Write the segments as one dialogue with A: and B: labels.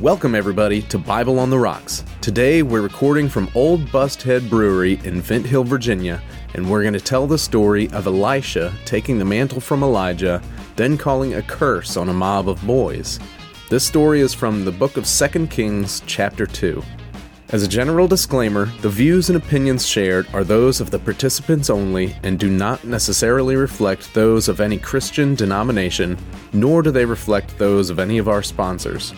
A: Welcome, everybody, to Bible on the Rocks. Today, we're recording from Old Busthead Brewery in Vent Hill, Virginia, and we're going to tell the story of Elisha taking the mantle from Elijah, then calling a curse on a mob of boys. This story is from the book of 2 Kings, chapter 2. As a general disclaimer, the views and opinions shared are those of the participants only and do not necessarily reflect those of any Christian denomination, nor do they reflect those of any of our sponsors.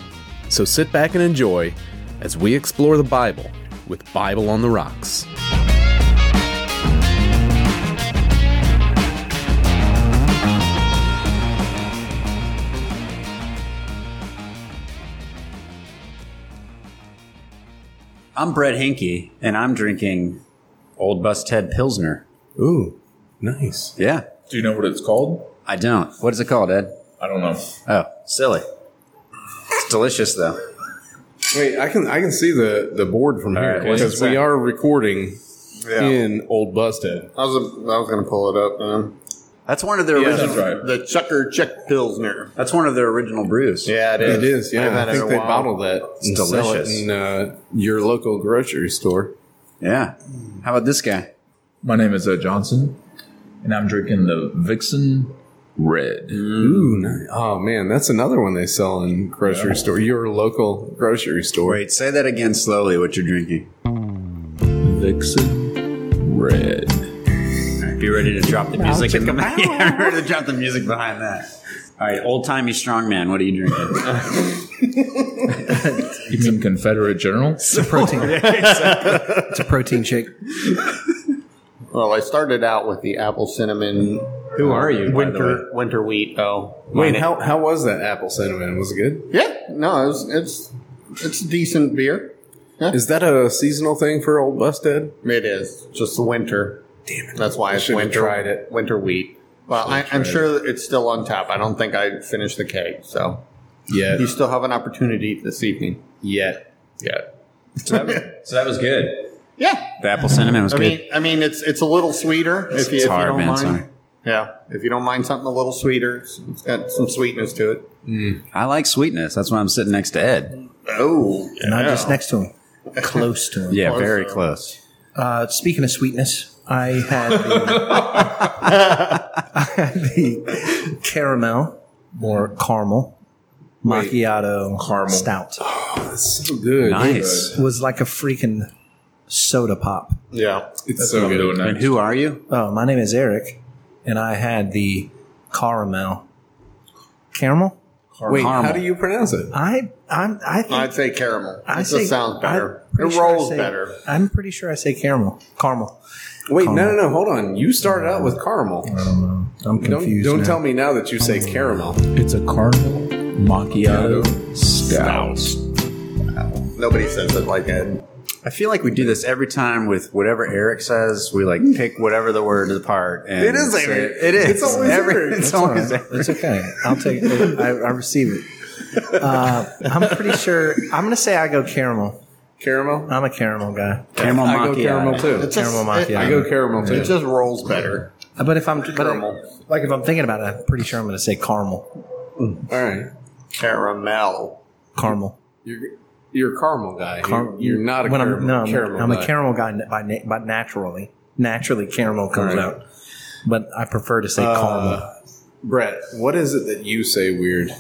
A: So sit back and enjoy as we explore the Bible with Bible on the Rocks.
B: I'm Brett Hinke, and I'm drinking Old Busthead Pilsner.
C: Ooh, nice.
B: Yeah,
D: Do you know what it's called?
B: I don't. What is it called, Ed?
D: I don't know.
B: Oh, silly. It's delicious, though.
C: Wait, I can I can see the the board from here
D: right, what's
C: because
D: it say?
C: we are recording
E: Yeah.
C: in Old Busted.
E: I was I was gonna pull it up, man.
B: That's one of their original.
D: That's right.
E: The Chucker Check Pilsner.
B: That's one of their original brews.
E: Yeah,
C: It is,
E: I've
C: yeah.
E: had
C: I
E: it
C: think
E: in a
C: they
E: while.
C: bottle that
B: It's
C: and sell it
B: delicious.
C: in uh, your local grocery store.
B: Yeah. How about this guy?
D: My name is Ed Johnson, and I'm drinking the Vixen Red.
C: Ooh, nice. oh man, that's another one they sell in grocery store. Your local grocery store.
B: Wait, say that again slowly. What you're drinking?
D: Vixen Red.
B: Be ready to drop the music. In the, yeah, ready to drop the music behind that. All right, old timey strongman. What are you drinking?
D: You mean Confederate General?
F: It's a protein shake.
E: Well, I started out with the apple cinnamon.
C: Who are you? by the way?
E: Winter winter wheat. Oh,
C: Wait, how how was that apple cinnamon? Was it good?
E: Yeah, no, it's it's it's a decent beer.
C: Is that a seasonal thing for Old Busted?
E: It is just the winter. Damn it! That's why it's
C: should've
E: winter.
C: tried it.
E: Winter wheat. Well, I, I'm sure that it's still on tap. I don't think I finished the keg, so
C: Yeah.
E: you still have an opportunity this evening.
C: Yet.
E: Yeah.
D: So that was good.
E: Yeah.
B: The apple cinnamon was
E: I
B: good.
E: mean, I mean, it's it's a little sweeter if you,
B: it's
E: if you
B: hard,
E: don't
B: man,
E: mind.
B: sorry.
E: Yeah, if you don't mind something a little sweeter, it's, it's got some sweetness to it.
B: I like sweetness. That's why I'm sitting next to Ed.
E: Oh,
F: Not just next to him, close to him.
B: Yeah,
E: Close,
B: very
E: though.
B: close.
F: Uh, speaking of sweetness, I had the, I had the caramel or caramel macchiato
D: caramel.
F: stout.
C: So good.
B: Nice.
F: It was like a freaking soda pop.
E: yeah.
C: It's
D: That's
C: so
D: what I'm
C: good.
D: doing
B: And
D: next.
B: who are you?
F: Oh, my name is Eric, and I had the caramel. Caramel?
C: Wait, how
B: Caramel.
C: do you pronounce it?
F: I I'm, I think
E: I'd say caramel.
F: I
E: it
F: say-
E: just sounds better.
F: I'm pretty
E: It
F: sure I
E: rolls
F: say-
E: better.
F: I'm pretty sure I say caramel. Caramel.
C: Wait, no, no, no. Hold on. You started out with caramel.
F: I'm
C: Don't,
F: confused.
C: don't
F: now. Oh.
C: tell me now that you say caramel.
D: It's a caramel macchiato stout.
E: Nobody says it like that.
B: I feel like we do this every time with whatever Eric says. We
C: Hmm.
B: like pick whatever the word apart. And
E: It is
B: say
E: Eric.
B: It is.
C: It's always Eric.
B: It's
F: All
B: always
F: right.
B: Eric.
F: It's okay. I'll take it. I, I receive it. Uh, I'm pretty sure. I'm going to say I go caramel.
C: Caramel?
F: I'm a caramel guy.
B: Caramel
C: I go
B: macchiato.
C: caramel too.
E: It just,
F: Caramel
E: it-
F: macchiato.
C: I go caramel
E: It
C: too.
E: just rolls better.
F: But if I'm but I,
E: Caramel.
F: like if I'm thinking about it, I'm pretty sure I'm going to say caramel.
C: All right.
E: Caramel.
F: Caramel.
C: You're, you're a caramel guy.
F: Car-
C: you're, you're not a
F: when
C: caramel,
F: I'm, no, I'm,
C: caramel
F: I'm
C: guy.
F: a caramel guy na- by na- by naturally. Naturally, caramel comes
C: Right.
F: out. But I prefer to say
C: Uh,
F: caramel.
C: Brett, what is it that you say weird?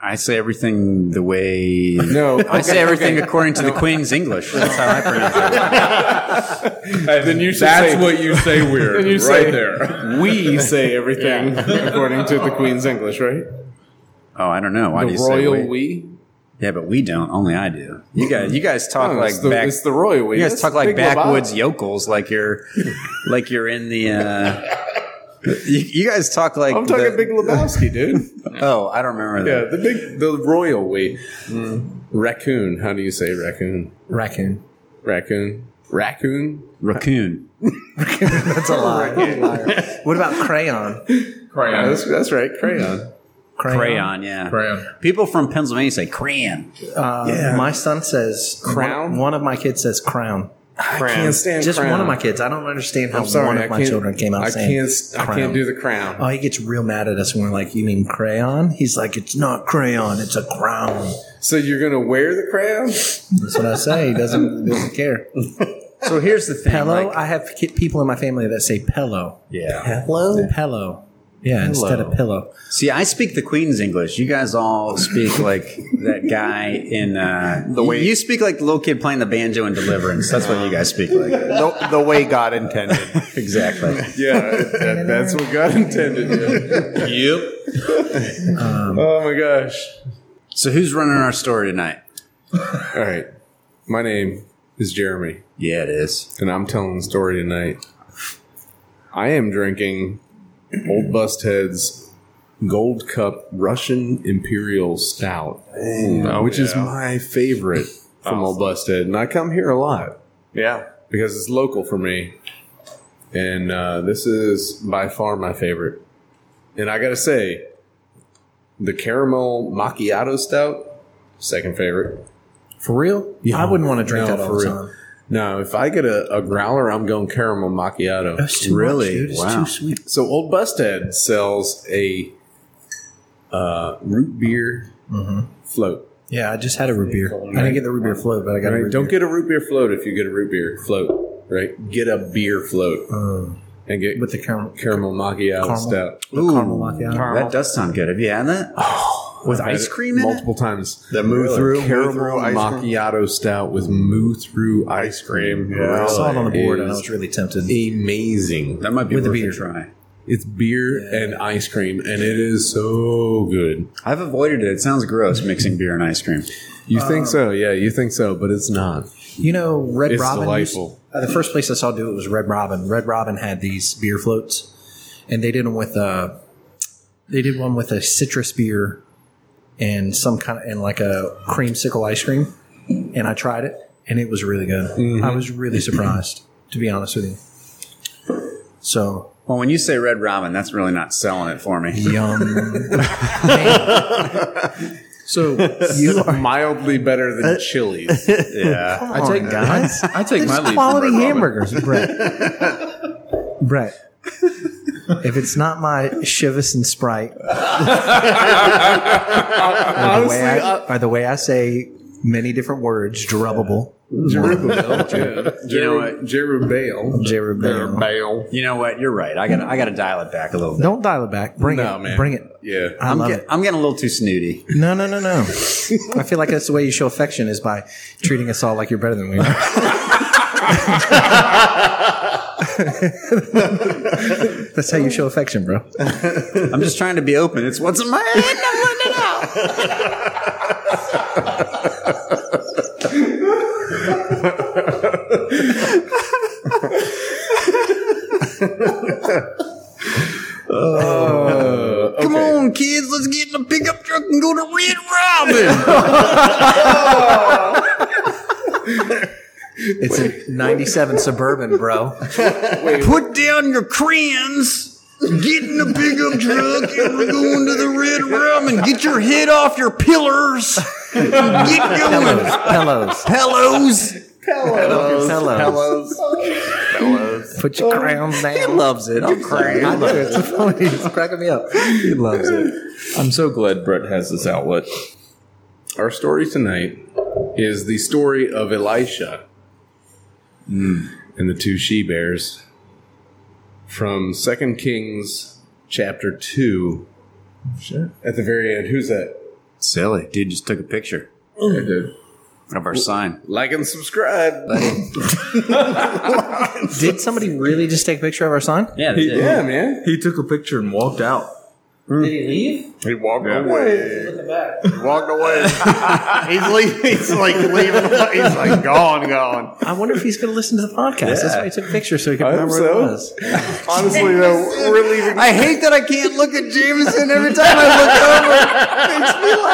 B: I say everything the way.
C: No.
B: I say everything according to the Queen's English. That's how I pronounce
C: then you should
D: That's
C: say,
D: what you say weird.
C: Then you
D: right
C: say-
D: there.
C: we say everything according to the Queen's English, right?
B: it. Oh, I don't know. Why do
C: the
B: you
C: royal
B: say we?
C: we.
B: Yeah, but we don't. Only I do. You guys, you guys talk
C: No,
B: like
C: Oh, it's, the,
B: back.
C: it's the royal we.
B: you guys
C: It's
B: talk
C: the
B: like
C: Big Lebowski.
B: backwoods yokels, like you're, like you're in the. Uh, you, you guys talk like
C: I'm talking
B: the-
C: Big Lebowski, dude.
B: Oh, I don't remember that.
C: Yeah, the big, the royal we. Mm. Raccoon. How do you say raccoon?
F: Raccoon.
C: Raccoon. Raccoon.
B: Raccoon.
F: That's a lie. what about crayon?
C: Yeah,
D: Crayon.
C: that's, that's right. Crayon.
F: Crayon.
B: Crayon, yeah.
D: Crayon.
B: People from Pennsylvania say crayon.
F: Uh, My son says
C: Crown?
F: One, one of my kids says crown. I
E: Cram.
F: can't
C: stand
F: Just
C: Crown.
F: one of my kids. I don't understand how
C: I'm sorry,
F: one
C: I
F: of my
C: can't-
F: children came out
C: I
F: saying,
C: can't. I
F: Crown.
C: can't do the crown.
F: Oh, he gets real mad at us when we're like, "You mean crayon?" He's like, "It's not crayon, it's a crown."
C: So you're gonna wear the crown?
F: That's what I say. He doesn't doesn't care.
B: So here's the thing.
F: Pillow.
B: like-
F: I have ki- people in my family that say pillow.
B: yeah.
F: Pillow. Pillow. Yeah, instead of pillow.
B: See, I speak the Queen's English. You guys all speak like that guy in uh, the way. You, speak like the little kid playing the banjo in Deliverance. That's what you guys speak like.
E: the, the way God intended.
B: Exactly.
C: Yeah, that- that's what God intended. yeah.
F: Um,
C: oh my gosh.
B: So who's running our story tonight?
C: All right. My name is Jeremy,
B: Yeah, it is.
C: and I'm telling the story tonight. I am drinking Old Busthead's Gold Cup Russian Imperial Stout, which is my favorite from Old Busthead, and I come here a lot
E: yeah.
C: because it's local for me. And uh, this is by far my favorite. And I gotta say, the caramel macchiato stout, second favorite.
F: For real?
C: Yeah.
F: I wouldn't want to drink
C: No,
F: that all
C: for
F: the
C: real.
F: time.
C: No, if I get a, a growler, I'm going caramel macchiato.
F: That's too much, dude. It's
B: Wow.
F: too sweet.
C: So Old Busthead sells a uh, root beer
F: Mm-hmm.
C: float.
F: Yeah, I just had a root beer. I didn't get the root beer float, but I got a
C: Right?
F: root
C: Don't
F: beer.
C: get a root beer float if you get a root beer float. Right? Get a beer float
F: Oh,
C: and get
F: with the caramel.
C: caramel macchiato
F: Caramel.
C: stout.
F: the caramel macchiato.
B: That does sound good. Have you had that?
F: Oh,
B: With
C: I've had
B: ice
C: it
B: cream in it?
C: multiple times.
E: The moo through, moo
C: caramel
E: through ice cream.
C: macchiato stout with moo through ice cream.
F: I saw it on the board and I
C: is
F: was really tempted.
C: amazing.
B: That might be
F: With the
B: worth
F: beer.
B: a try.
C: It's beer and ice cream, and it is so good.
B: I've avoided it. It sounds gross mixing beer and ice cream.
C: You
F: Um,
C: think so? Yeah, you think so, but it's not.
F: You know, Red
C: It's
F: Robin.
C: delightful.
F: uh, the first place I saw do it was Red Robin. Red Robin had these beer floats, and they did them with a. They did one with a citrus beer, and some kind of and like a creamsicle ice cream, and I tried it, and it was really good.
C: Mm-hmm.
F: I was really surprised, to be honest with you. So
B: Well, when you say Red Robin, that's really not selling it for me.
F: yum. so you are Uh,
C: Mildly better than chilies.
B: Yeah.
F: I take guys. I take
D: my lead from
F: quality
D: Red Robin.
F: hamburgers, Brett. Brett. If it's not my Chivas and Sprite, or the, way I, or the way I say many different words, drubbable,
B: You know what?
C: Jerubbaal.
F: jerubbaal.
C: Bale.
B: You know what? You're right. I got I got to dial it back a little bit.
F: Don't dial it back. Bring
C: No,
F: it.
C: man.
F: Bring it. Uh,
C: Yeah.
F: I
B: I'm,
F: love
B: get,
F: it.
B: I'm getting a little too snooty.
F: No, no, no, no. I feel like that's the way you show affection is by treating us all like you're better than we are. that's how you show affection, bro.
B: I'm just trying to be open. It's what's in my head. Come on, kids. Let's get in a pickup truck and go to Red Robin.
F: It's a 97 Suburban, bro.
B: Put down your crayons. Get in the pickup truck and we're going to the Red Robin. Get your head off your pillars. and Get going.
F: Pillows.
B: Pillows.
F: Pillows. Pillows. Put your crowns down. He loves it. I'm crying. I know. It's funny. He's cracking me up. He loves it.
D: I'm so glad Brett has this outlet.
C: Our story tonight is the story of Elisha
F: Hmm.
C: and the two she bears from 2 Kings chapter 2. At the very end, who's that?
B: Silly. Dude just took a picture of our sign.
C: Like and subscribe.
F: Did somebody really just take a picture of our sign?
B: Yeah,
C: yeah, man.
D: He took a picture and walked out.
F: Hmm.
E: He walked away. He walked away. he's leaving. He's like leaving. He's like gone, gone.
F: I wonder if he's going to listen to the podcast. That's why he took a picture so he could
C: I hope
F: remember
C: so.
F: what it was.
E: Honestly, though, we're leaving.
B: I hate that I can't look at Jameson every time I look over.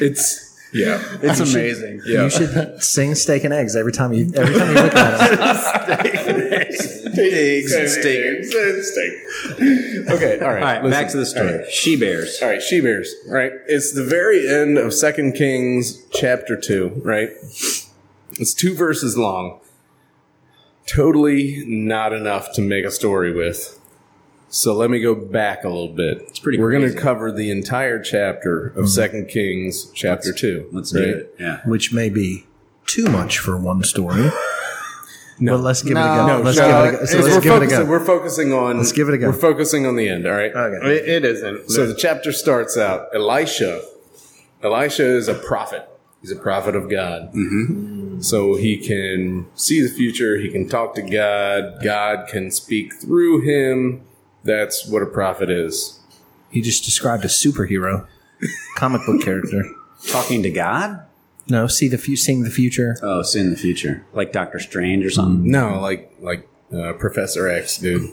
C: It's yeah.
B: It's amazing.
C: Yeah.
F: You should sing steak and eggs every time you every time you look at him.
C: Eggs and
A: steak.
C: Eggs and steak. Okay, all right.
B: All right,
C: listen.
B: back to the story.
C: All right.
B: She bears.
C: All right, she bears. All right, it's the very end of Second Kings chapter two. Right, it's two verses long. Totally not enough to make a story with. So let me go back a little bit. It's
B: pretty
C: We're going
B: crazy. Mm-hmm.
C: to cover the entire chapter of Second Kings chapter two.
B: Let's
C: right?
B: do it. Yeah.
F: which may be too much for one story.
C: No.
F: but let's give
E: No,
F: it a
C: No,
F: go. Let's
C: no,
F: give it a go. So
C: it's-
F: let's
C: we're,
F: give it a
C: focusing,
F: go.
C: we're focusing on.
F: Let's give it a go.
C: We're focusing on the end. All right.
F: Okay.
E: It, it isn't.
C: So the chapter starts out Elisha. Elisha is a prophet. He's a prophet of God.
F: Mm-hmm.
C: So he can see the future. He can talk to God. God can speak through him. That's what a prophet is.
F: He just described a superhero, comic book character.
B: Talking to God?
F: No, see the fu- seeing the future.
B: Oh, see in the future. Mm, Like Doctor Strange or something.
C: No, like like uh, Professor X, dude.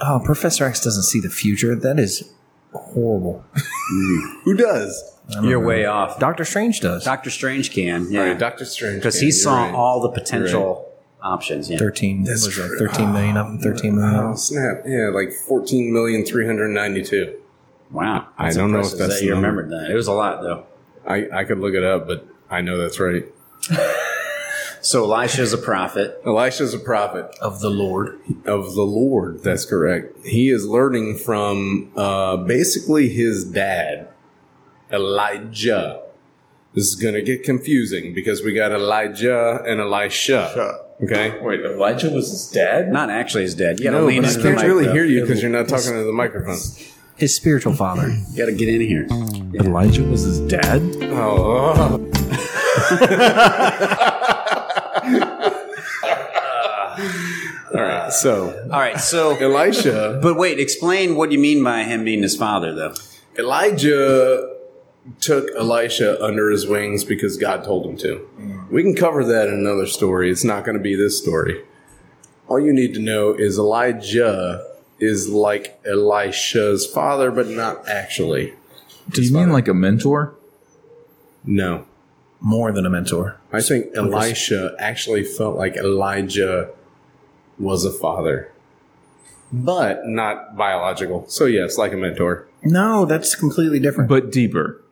F: Oh, Professor X doesn't see the future. That is horrible.
C: Who does?
B: You're way off.
F: Doctor Strange does.
B: Doctor Strange can. Yeah.
C: All right, Doctor Strange.
B: because
C: can,
B: he
C: you're
B: saw
C: right.
B: all the potential options. Yeah.
F: Thirteen. What was that? Thirteen million up and thirteen million.
C: Oh
F: Out.
C: snap! Yeah, like fourteen million three hundred ninety-two.
B: Wow.
C: I don't know if
B: impressive
C: that's
B: that
C: the
B: you
C: number.
B: remembered that. It was a lot though.
C: I I could look it up, but I know that's right.
B: So Elisha is a prophet.
C: Elisha's a prophet.
F: of the Lord.
C: of the Lord. That's correct. He is learning from uh, basically his dad, Elijah. This is going to get confusing because we got Elijah and Elisha. Okay.
D: Wait, Elijah was his dad?
B: Not actually his dad. You gotta
C: No, but
B: lean
C: I
B: into the
C: can't
B: mic,
C: really
B: though.
C: hear you because you're not talking into the microphone.
F: His spiritual father.
B: You gotta get in here.
D: Elijah was his dad?
C: Oh. All right. So
B: All right. So,
C: Elisha
B: but wait, explain what you mean by him being his father, though.
C: Elijah took Elisha under his wings because God told him to.
F: Mm.
C: We can cover that in another story. It's not going to be this story. All you need to know is Elijah is like Elisha's father, but not actually.
D: Do you mean like a mentor?
C: No.
F: More than a mentor.
C: I think Elisha actually felt like Elijah was a father, but not biological. So, yes, like a mentor.
F: No, that's completely different.
D: But deeper.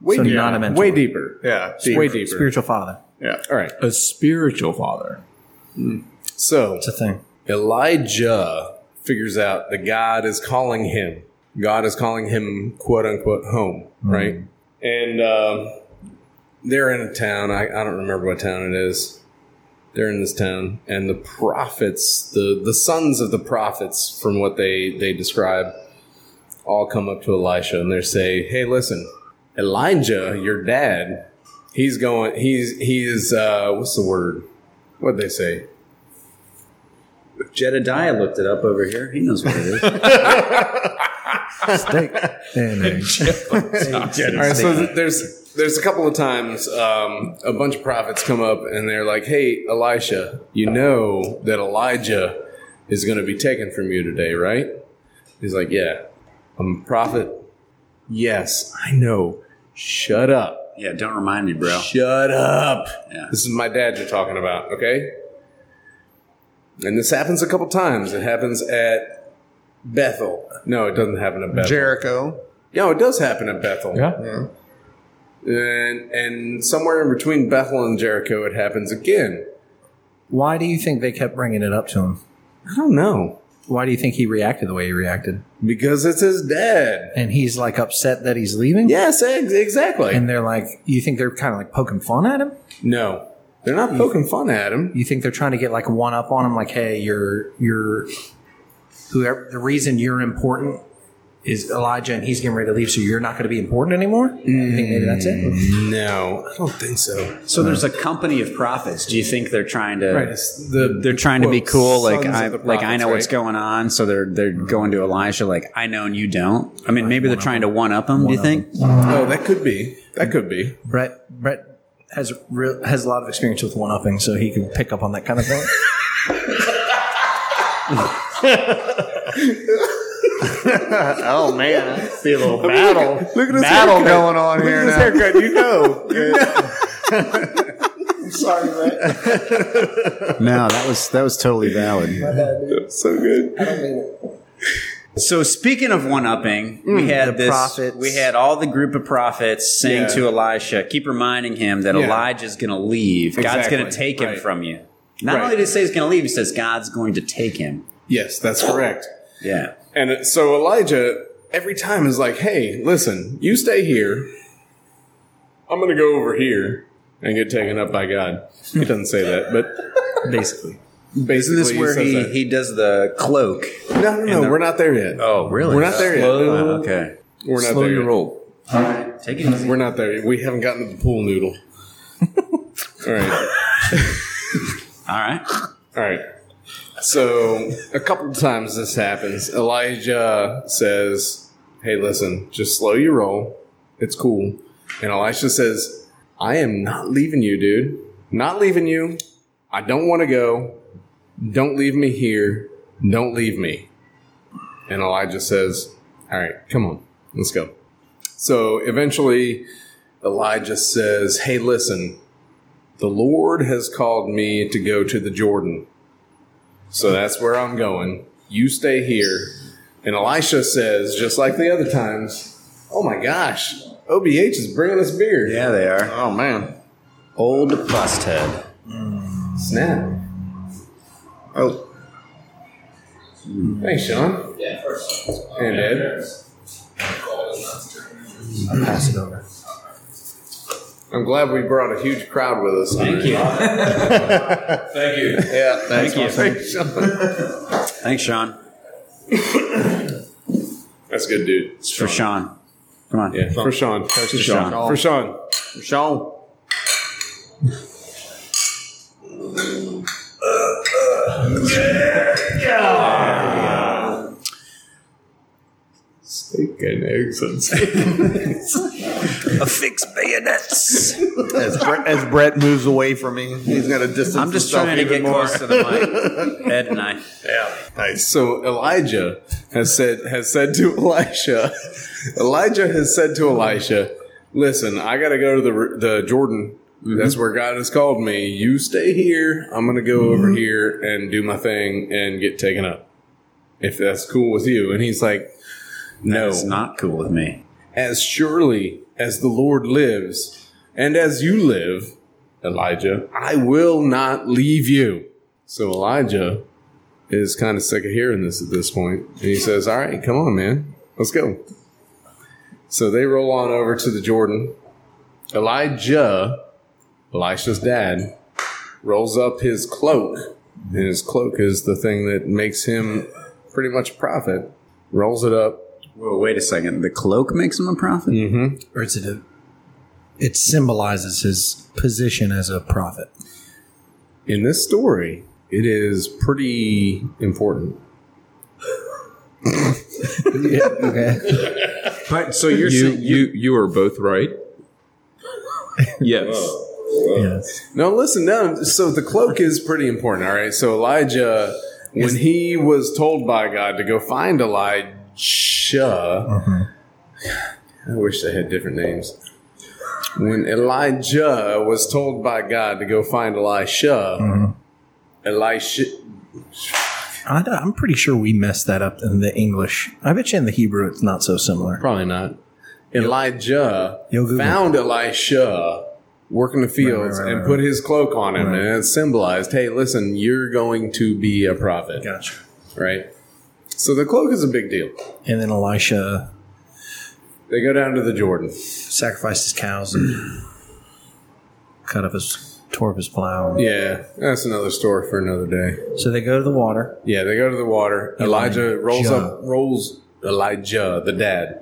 C: Way
F: So
C: deeper.
F: not a mentor.
C: Way deeper.
E: yeah.
C: Way deeper.
F: spiritual father.
E: Yeah.
C: All right.
D: A spiritual father.
C: So,
F: It's a thing.
C: Elijah figures out that God is calling him. God is calling him, quote unquote, home, right? And um, they're in a town. I, I don't remember what town it is. They're in this town, and the prophets, the, the sons of the prophets, from what they, they describe, all come up to Elisha and they say, "Hey, listen, Elijah, your dad, he's going. He's he's uh, what's the word? What would they say?
B: Jedediah looked it up over here. He knows what it is.
F: Steak and eggs.
C: All right, so th- there's there's a couple of times um, a bunch of prophets come up and they're like, "Hey, Elisha, you know that Elijah is going to be taken from you today, right?" He's like, "Yeah, I'm a prophet." Yes, I know. Shut up.
B: yeah, don't remind me, bro.
C: Shut up.
B: Yeah.
C: This is my dad you're talking about, okay? And this happens a couple times. It happens at Bethel. No, it doesn't happen at Bethel.
E: Jericho.
C: No, it does happen at Bethel.
D: Yeah.
C: And and somewhere in between Bethel and Jericho, it happens again.
F: Why do you think they kept bringing it up to him?
C: I don't know
F: Why do you think he reacted the way he reacted?
C: because it's his dad.
F: And he's like upset that he's leaving.
C: Yes, ex- exactly.
F: And they're like, you think they're kind of like poking fun at him?
C: no, they're not poking fun at him.
F: You think they're trying to get like one up on him? Like, hey, you're you're whoever. The reason you're important is Elijah, and he's getting ready to leave, so you're not going to be important anymore. You think maybe that's
C: Mm-hmm.
F: it?
C: No, I don't think so.
B: So there's a company of prophets. Do you think they're trying to?
C: Right, it's the-
B: they're trying to be
C: quote,
B: cool, like
C: sons
B: I
C: of the
B: like I know
C: prophets,
B: what's
C: right?
B: going on. So they're they're going to Elisha, like I know and you don't. I mean, maybe they're trying to Mm-hmm. one up him. Do you think?
C: Oh, that could be. That could be.
F: Brett Brett has real, has a lot of experience with one upping, so he can pick up on that kind of thing.
E: Oh man, I see a little battle.
C: look at his
E: battle
C: haircut.
E: going on here now.
C: haircut, you know.
G: Sorry, man.
H: No, that was that was totally valid.
C: so good.
G: I mean it.
B: So speaking of one upping,
C: Mm,
B: we had
G: the
B: this.
G: prophets.
B: We had all the group of prophets saying to Elisha, "Keep reminding him that Elijah's going to leave. God's
C: Exactly.
B: going to take him
C: Right.
B: from you." Not
C: Right.
B: only did he say he's going to leave, he says God's going to take him.
C: Yes, that's correct.
B: Yeah,
C: And so Elijah every time is like, "Hey, listen, you stay here. I'm going to go over here and get taken up by God." He doesn't say that, but
B: basically.
C: basically,
B: Isn't this where
C: says
B: he,
C: that.
B: he does the cloak?
C: No, no, no. we're not there yet.
B: Oh, really?
C: We're not there yet.
B: Slow-
C: No.
B: Oh, okay.
C: we're not
B: Slow
C: there.
B: your
C: yet.
B: roll. All right, take it easy.
C: We're not there. yet. We haven't gotten to the pool noodle. All right.
B: All right.
C: All right. So a couple times this happens. Elijah says, "Hey, listen, just slow your roll. It's cool." And Elisha says, "I am not leaving you, dude. Not leaving you. I don't want to go. Don't leave me here. Don't leave me." And Elijah says, "All right, come on. Let's go." So eventually Elijah says, "Hey, listen, the Lord has called me to go to the Jordan. So that's where I'm going. You stay here. And Elisha says, just like the other times, oh my gosh, OBH is bringing us beer.
B: Yeah, they are.
E: Oh man.
B: Old busthead.
C: Snap.
E: Oh,
C: Thanks, Sean. Yeah, first. And Ed.
F: I'll pass it over.
C: I'm glad we brought a huge crowd with us. Thank you.
D: Thank you.
C: Yeah, thank you.
B: Thanks, Sean.
C: That's good, dude.
B: It's for Sean. Come on.
C: Yeah, for Sean. For
B: Sean.
C: For Sean.
E: Sean.
C: Steak and eggs and steak.
B: Affix bayonets.
E: As Brett, as Brett moves away from me, he's going to distance
B: I'm just
E: himself
B: trying to
E: even
B: get
E: more.
B: close to the mic. Ed and I.
C: So Elijah has said has said to Elisha, Elijah has said to Elisha, "Listen, I got to go to the the Jordan. That's where God has called me. You stay here. I'm going to go over here and do my thing and get taken up. If that's cool with you." And he's like, "No,
B: It's not cool with me.
C: as surely as the Lord lives and as you live, Elijah, I will not leave you. So Elijah is kind of sick of hearing this at this point, and he says, "All right, come on, man, let's go." So they roll on over to the Jordan. Elijah, Elisha's dad, rolls up his cloak, and his cloak is the thing that makes him pretty much a prophet. Rolls it up,
B: Well, wait a second. The cloak makes him a prophet?
F: Or it's a, it symbolizes his position as a prophet.
C: in this story, it is pretty important.
D: But so you're you you you are both right. yes.
F: Yes.
C: No, listen, no. So the cloak is pretty important. All right. So Elijah, when he was told by God to go find Elijah, I wish they had different names. When Elijah was told by God to go find Elisha,
D: Mm-hmm.
C: Elisha,
F: I, don't- I'm pretty sure we messed that up in the English. I bet you in the Hebrew it's not so similar.
C: Probably not. Elijah
F: You'll Google.
C: found Elisha working the fields
F: right, right,
C: and
F: right,
C: put his cloak on him, and it symbolized, "Hey, listen, you're going to be a prophet,
F: Gotcha.
C: right?" So the cloak is a big deal.
F: And then Elisha
C: They go down to the Jordan.
F: sacrificed his cows and cut up his tore up his plow.
C: Yeah, that's another story for another day.
F: So they go to the water.
C: Yeah, they go to the water. Elijah rolls up, rolls Elijah, the dad.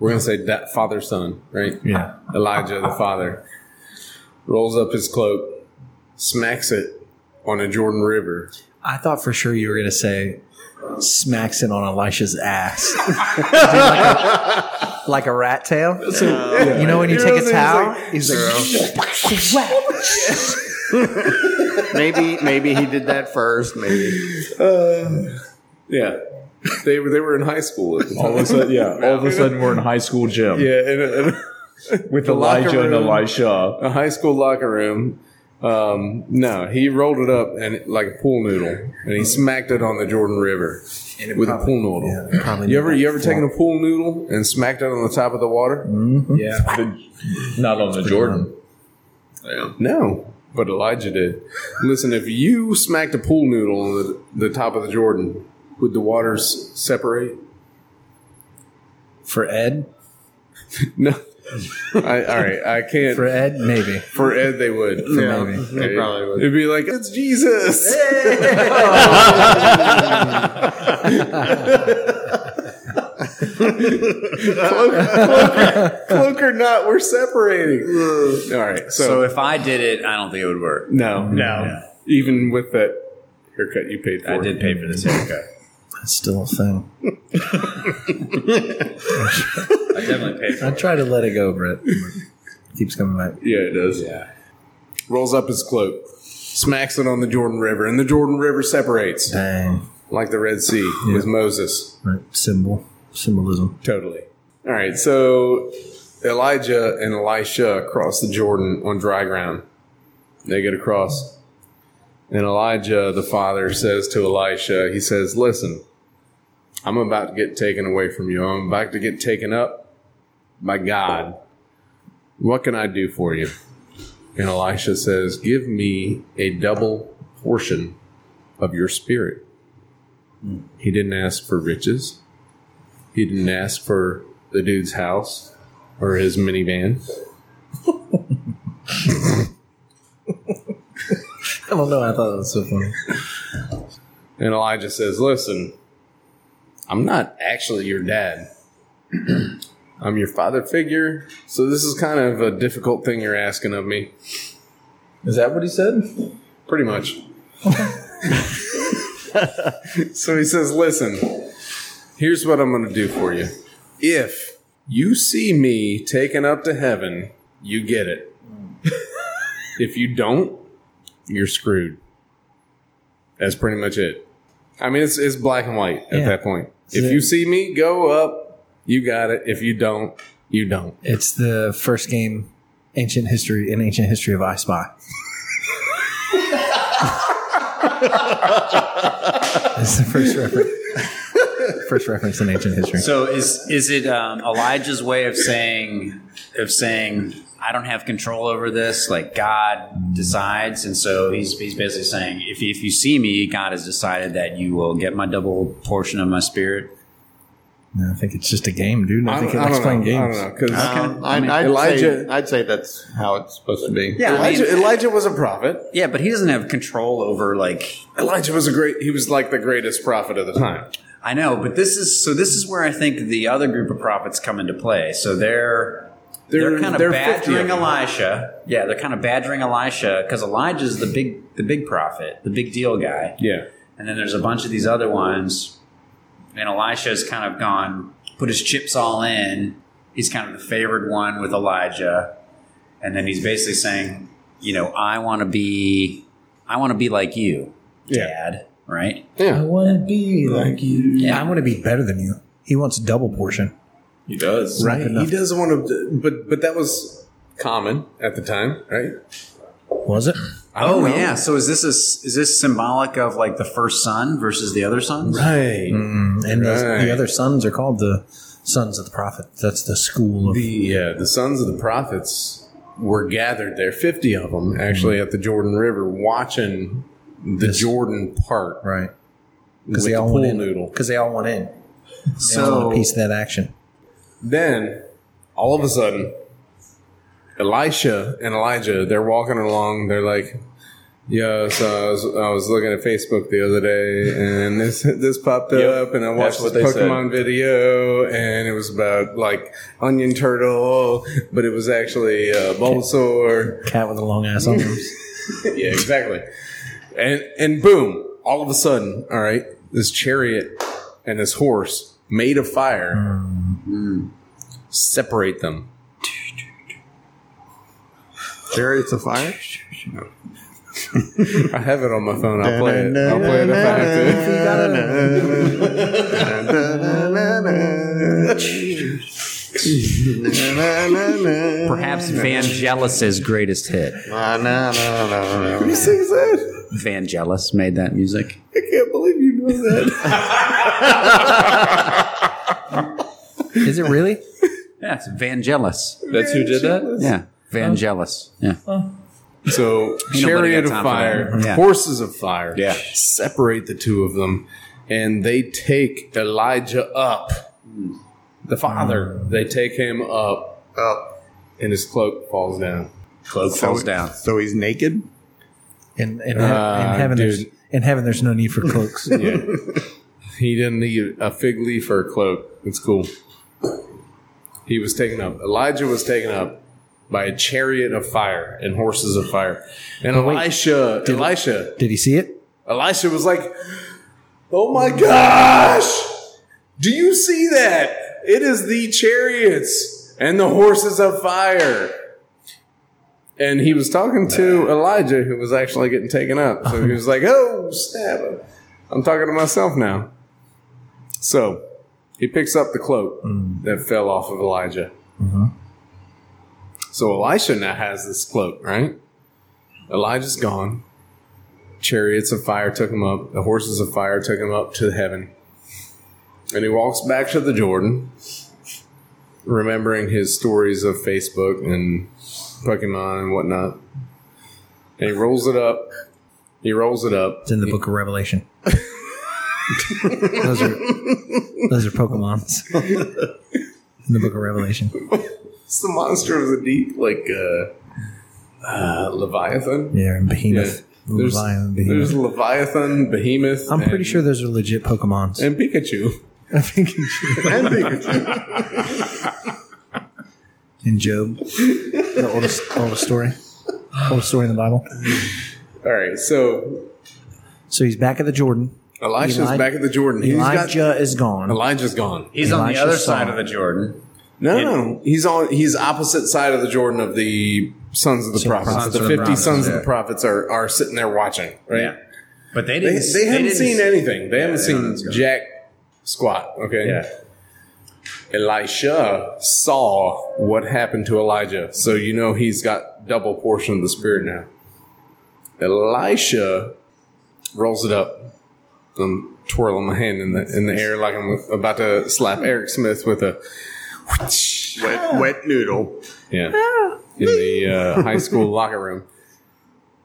C: We're gonna say da- father, son, right?
F: Yeah.
C: Elijah, the father, rolls up his cloak, smacks it on the Jordan River.
F: I thought for sure you were gonna say smacks it on Elisha's ass. Is it like, a, like a rat tail. you know when you, take a towel? He's like,
E: Maybe, maybe he did that first. Maybe
C: Yeah. They were they were in high school at the
D: All of
C: time.
D: a sudden, yeah. All of a sudden, we're in high school gym
C: yeah, in a, in
D: with
C: locker
D: Elijah and
C: room.
D: Elisha.
C: a high school locker room, Um, no, he rolled it up and like a pool noodle, and he smacked it on the Jordan River
F: And it
C: with
F: probably-
C: a pool noodle.
F: yeah, it probably
C: you ever
F: made
C: you
F: that
C: ever taken a pool noodle and smacked it on the top of the water?
F: Mm-hmm.
D: Yeah. not on the Jordan.
C: Um, No, but Elijah did. Listen, if you smacked a pool noodle on the, the top of the Jordan, would the waters separate?
F: For Ed?
C: No. I, all right, I can't.
F: For
C: For,
F: Ed? Maybe.
C: Ed, they would. Yeah,
F: Maybe.
C: they probably would. It'd be like it's Jesus. cloak, cloak, cloak or not, we're separating. All right, so,
B: So if I did it, I don't think it would work.
C: no, no, Mm-hmm. even with that haircut you paid for,
B: I did pay for this haircut.
F: That's still a thing.
B: I definitely paid for
F: I try to let it go, Brett. Keeps coming back.
C: Yeah, it does. Yeah. Rolls up his cloak, smacks it on the Jordan River, and the Jordan River separates
F: Dang.
C: like the Red Sea with Moses.
F: Right. Symbol. Symbolism.
C: Totally. All right, so Elijah and Elisha cross the Jordan on dry ground. They get across. And Elijah, the father, says to Elisha, he says, Listen, I'm about to get taken away from you. I'm about to get taken up by God. What can I do for you? And Elisha says, Give me a double portion of your spirit. He didn't ask for riches. He didn't ask for the dude's house or his minivan.
F: I don't know. I thought that was so funny.
C: And Elijah says, Listen, I'm not actually your dad. I'm your father figure. So this is kind of a difficult thing you're asking of me.
D: Is that what he said?
C: Pretty much. so he says, Listen, here's what I'm going to do for you. If you see me taken up to heaven, you get it. if you don't, you're screwed. That's pretty much it. I mean, it's, it's black and white at
F: Yeah.
C: that point. If you see me go up, you got it. If you don't, you don't.
F: It's the first game, ancient history in ancient history of I Spy. it's the first reference. First reference in ancient history.
B: So is is it um, Elijah's way of saying of saying I don't have control over this? Like God decides, and so he's he's basically saying if if you see me, God has decided that you will get my double portion of my spirit.
F: No, I think it's just a game, dude. I, think it likes
C: don't
F: playing
C: know.
F: games.
C: I don't know. 'cause-
E: Um, I would
C: Elijah-
E: Say, I'd say that's how it's supposed to be.
B: Yeah, I mean-
C: Elijah, Elijah was a prophet.
B: yeah, but he doesn't have control over like
C: Elijah was a great. He was like the greatest prophet of the time.
B: I know, but this is so. This is where I think the other group of prophets come into play. So they're they're, kind of
C: 50
B: badgering
C: them.
B: Elisha. Yeah, they're kind of badgering Elisha because Elijah's the big the big prophet, the big deal guy.
C: Yeah,
B: And then there's a bunch of these other ones. And Elisha's kind of gone, put his chips all in. He's kind of the favored one with Elijah. And then he's basically saying, you know, I want to be, I want to be like you,
C: Yeah.
B: Dad. Right?
F: I
C: yeah.
F: want to be like you. I want to be better than you. He wants double portion.
D: He does.
F: Right.
C: He doesn't want to, but but that was common at the time, right?
F: Was it?
B: Oh yeah. So is this a, is this symbolic of like the first son versus the other sons?
C: Right.
F: Mm, And those-
C: Right.
F: the other sons are called the sons of the prophet. That's the school of.
C: The yeah, the sons of the prophets were gathered there, fifty of them actually at the Jordan River, watching the Jordan part
F: right.
C: with
F: they
C: the
F: all
C: pool
F: want in.
C: noodle.
F: Because they all want in. They all
B: So
F: want a piece of that action.
C: Then all of a sudden, Elisha and Elijah, they're walking along. They're like, "Yeah, so I was, I was looking at Facebook the other day, and this this popped up, and I watched
D: what
C: this
D: they said.
C: Pokemon video, and it was about like onion turtle, but it was actually uh, Bulbasaur.
F: Cat with the long ass arms.
C: yeah, exactly. And and boom, all of a sudden, all right, this chariot and this horse made of fire separate them.
E: Chariots of fire.
C: I have it on my phone. I'll play it. I'll play it if I have to.
B: Perhaps Vangelis's greatest hit.
H: Who sings that?
B: Vangelis made that music.
H: I can't believe you know that.
F: Is it really?
B: Yeah, it's Vangelis.
C: That's who did that?
B: Yeah, Vangelis. Yeah.
C: So
B: Ain't nobody
C: chariot of
B: got time for
C: fire,
B: that. Yeah.
C: horses of fire. Yeah, separate the two of them, and they take Elijah up. The father, they take him up,
E: Up.
C: and his cloak falls down.
B: Cloak falls down.
H: So he's naked?
F: And and,
C: Ah,
F: and heaven, there's,
C: dude.
F: in heaven, there's no need for cloaks.
C: Yeah, he didn't need a fig leaf or a cloak. It's cool. He was taken up. Elijah was taken up by a chariot of fire and horses of fire. And Elisha, Elisha,
F: Did he see it?
C: Elisha was like, "Oh my gosh! Do you see that? It is the chariots and the horses of fire." And he was talking to Elijah, who was actually getting taken up. So he was like, "Oh snap! I'm talking to myself now." So he picks up the cloak that fell off of Elijah. So Elisha now has this cloak, right? Elijah's gone chariots of fire took him up, the horses of fire took him up to heaven. And he walks back to the Jordan, remembering his stories of Facebook and Pokemon and whatnot. And he rolls it up. He rolls it up.
F: It's in the Book of Revelation. those are those are Pokemon's. in the Book of Revelation.
C: It's the monster of the deep, like uh, uh, Leviathan.
F: Yeah, and Behemoth.
C: Yeah. There's,
F: Leviathan,
C: there's
F: Behemoth.
C: Leviathan, Behemoth.
F: I'm pretty
C: and-
F: sure those are legit Pokemon's.
C: And Pikachu.
F: I think
H: And Pikachu.
F: in Job, the oldest oldest story, oldest story in the Bible.
C: All right, so
F: So he's back at the Jordan.
C: Elisha's
F: Eli-
C: back at the Jordan. He's got,
F: Elijah is gone.
C: Elijah's gone.
B: He's on the
F: Elisha
B: other
F: saw
B: side
F: it.
B: of the Jordan.
C: No, no, he's on. He's opposite side of the Jordan of the sons of the prophets.
B: Sons
C: the
B: of the
C: fifty
B: prophets,
C: sons of the
B: yeah.
C: prophets are are sitting there watching. Right?
B: Yeah. But they
C: They,
B: didn't.
C: they haven't
B: didn't-
C: seen anything. They haven't
B: they
C: seen
B: haven't seen-
C: jack squat. Okay. Elisha saw what happened to Elijah, so you know he's got double portion of the spirit now. Elisha rolls it up. I'm twirling my hand in the in the air like I'm about to slap Eric Smith with a.
E: Wet, wet noodle.
C: Yeah. In the uh, high school locker room.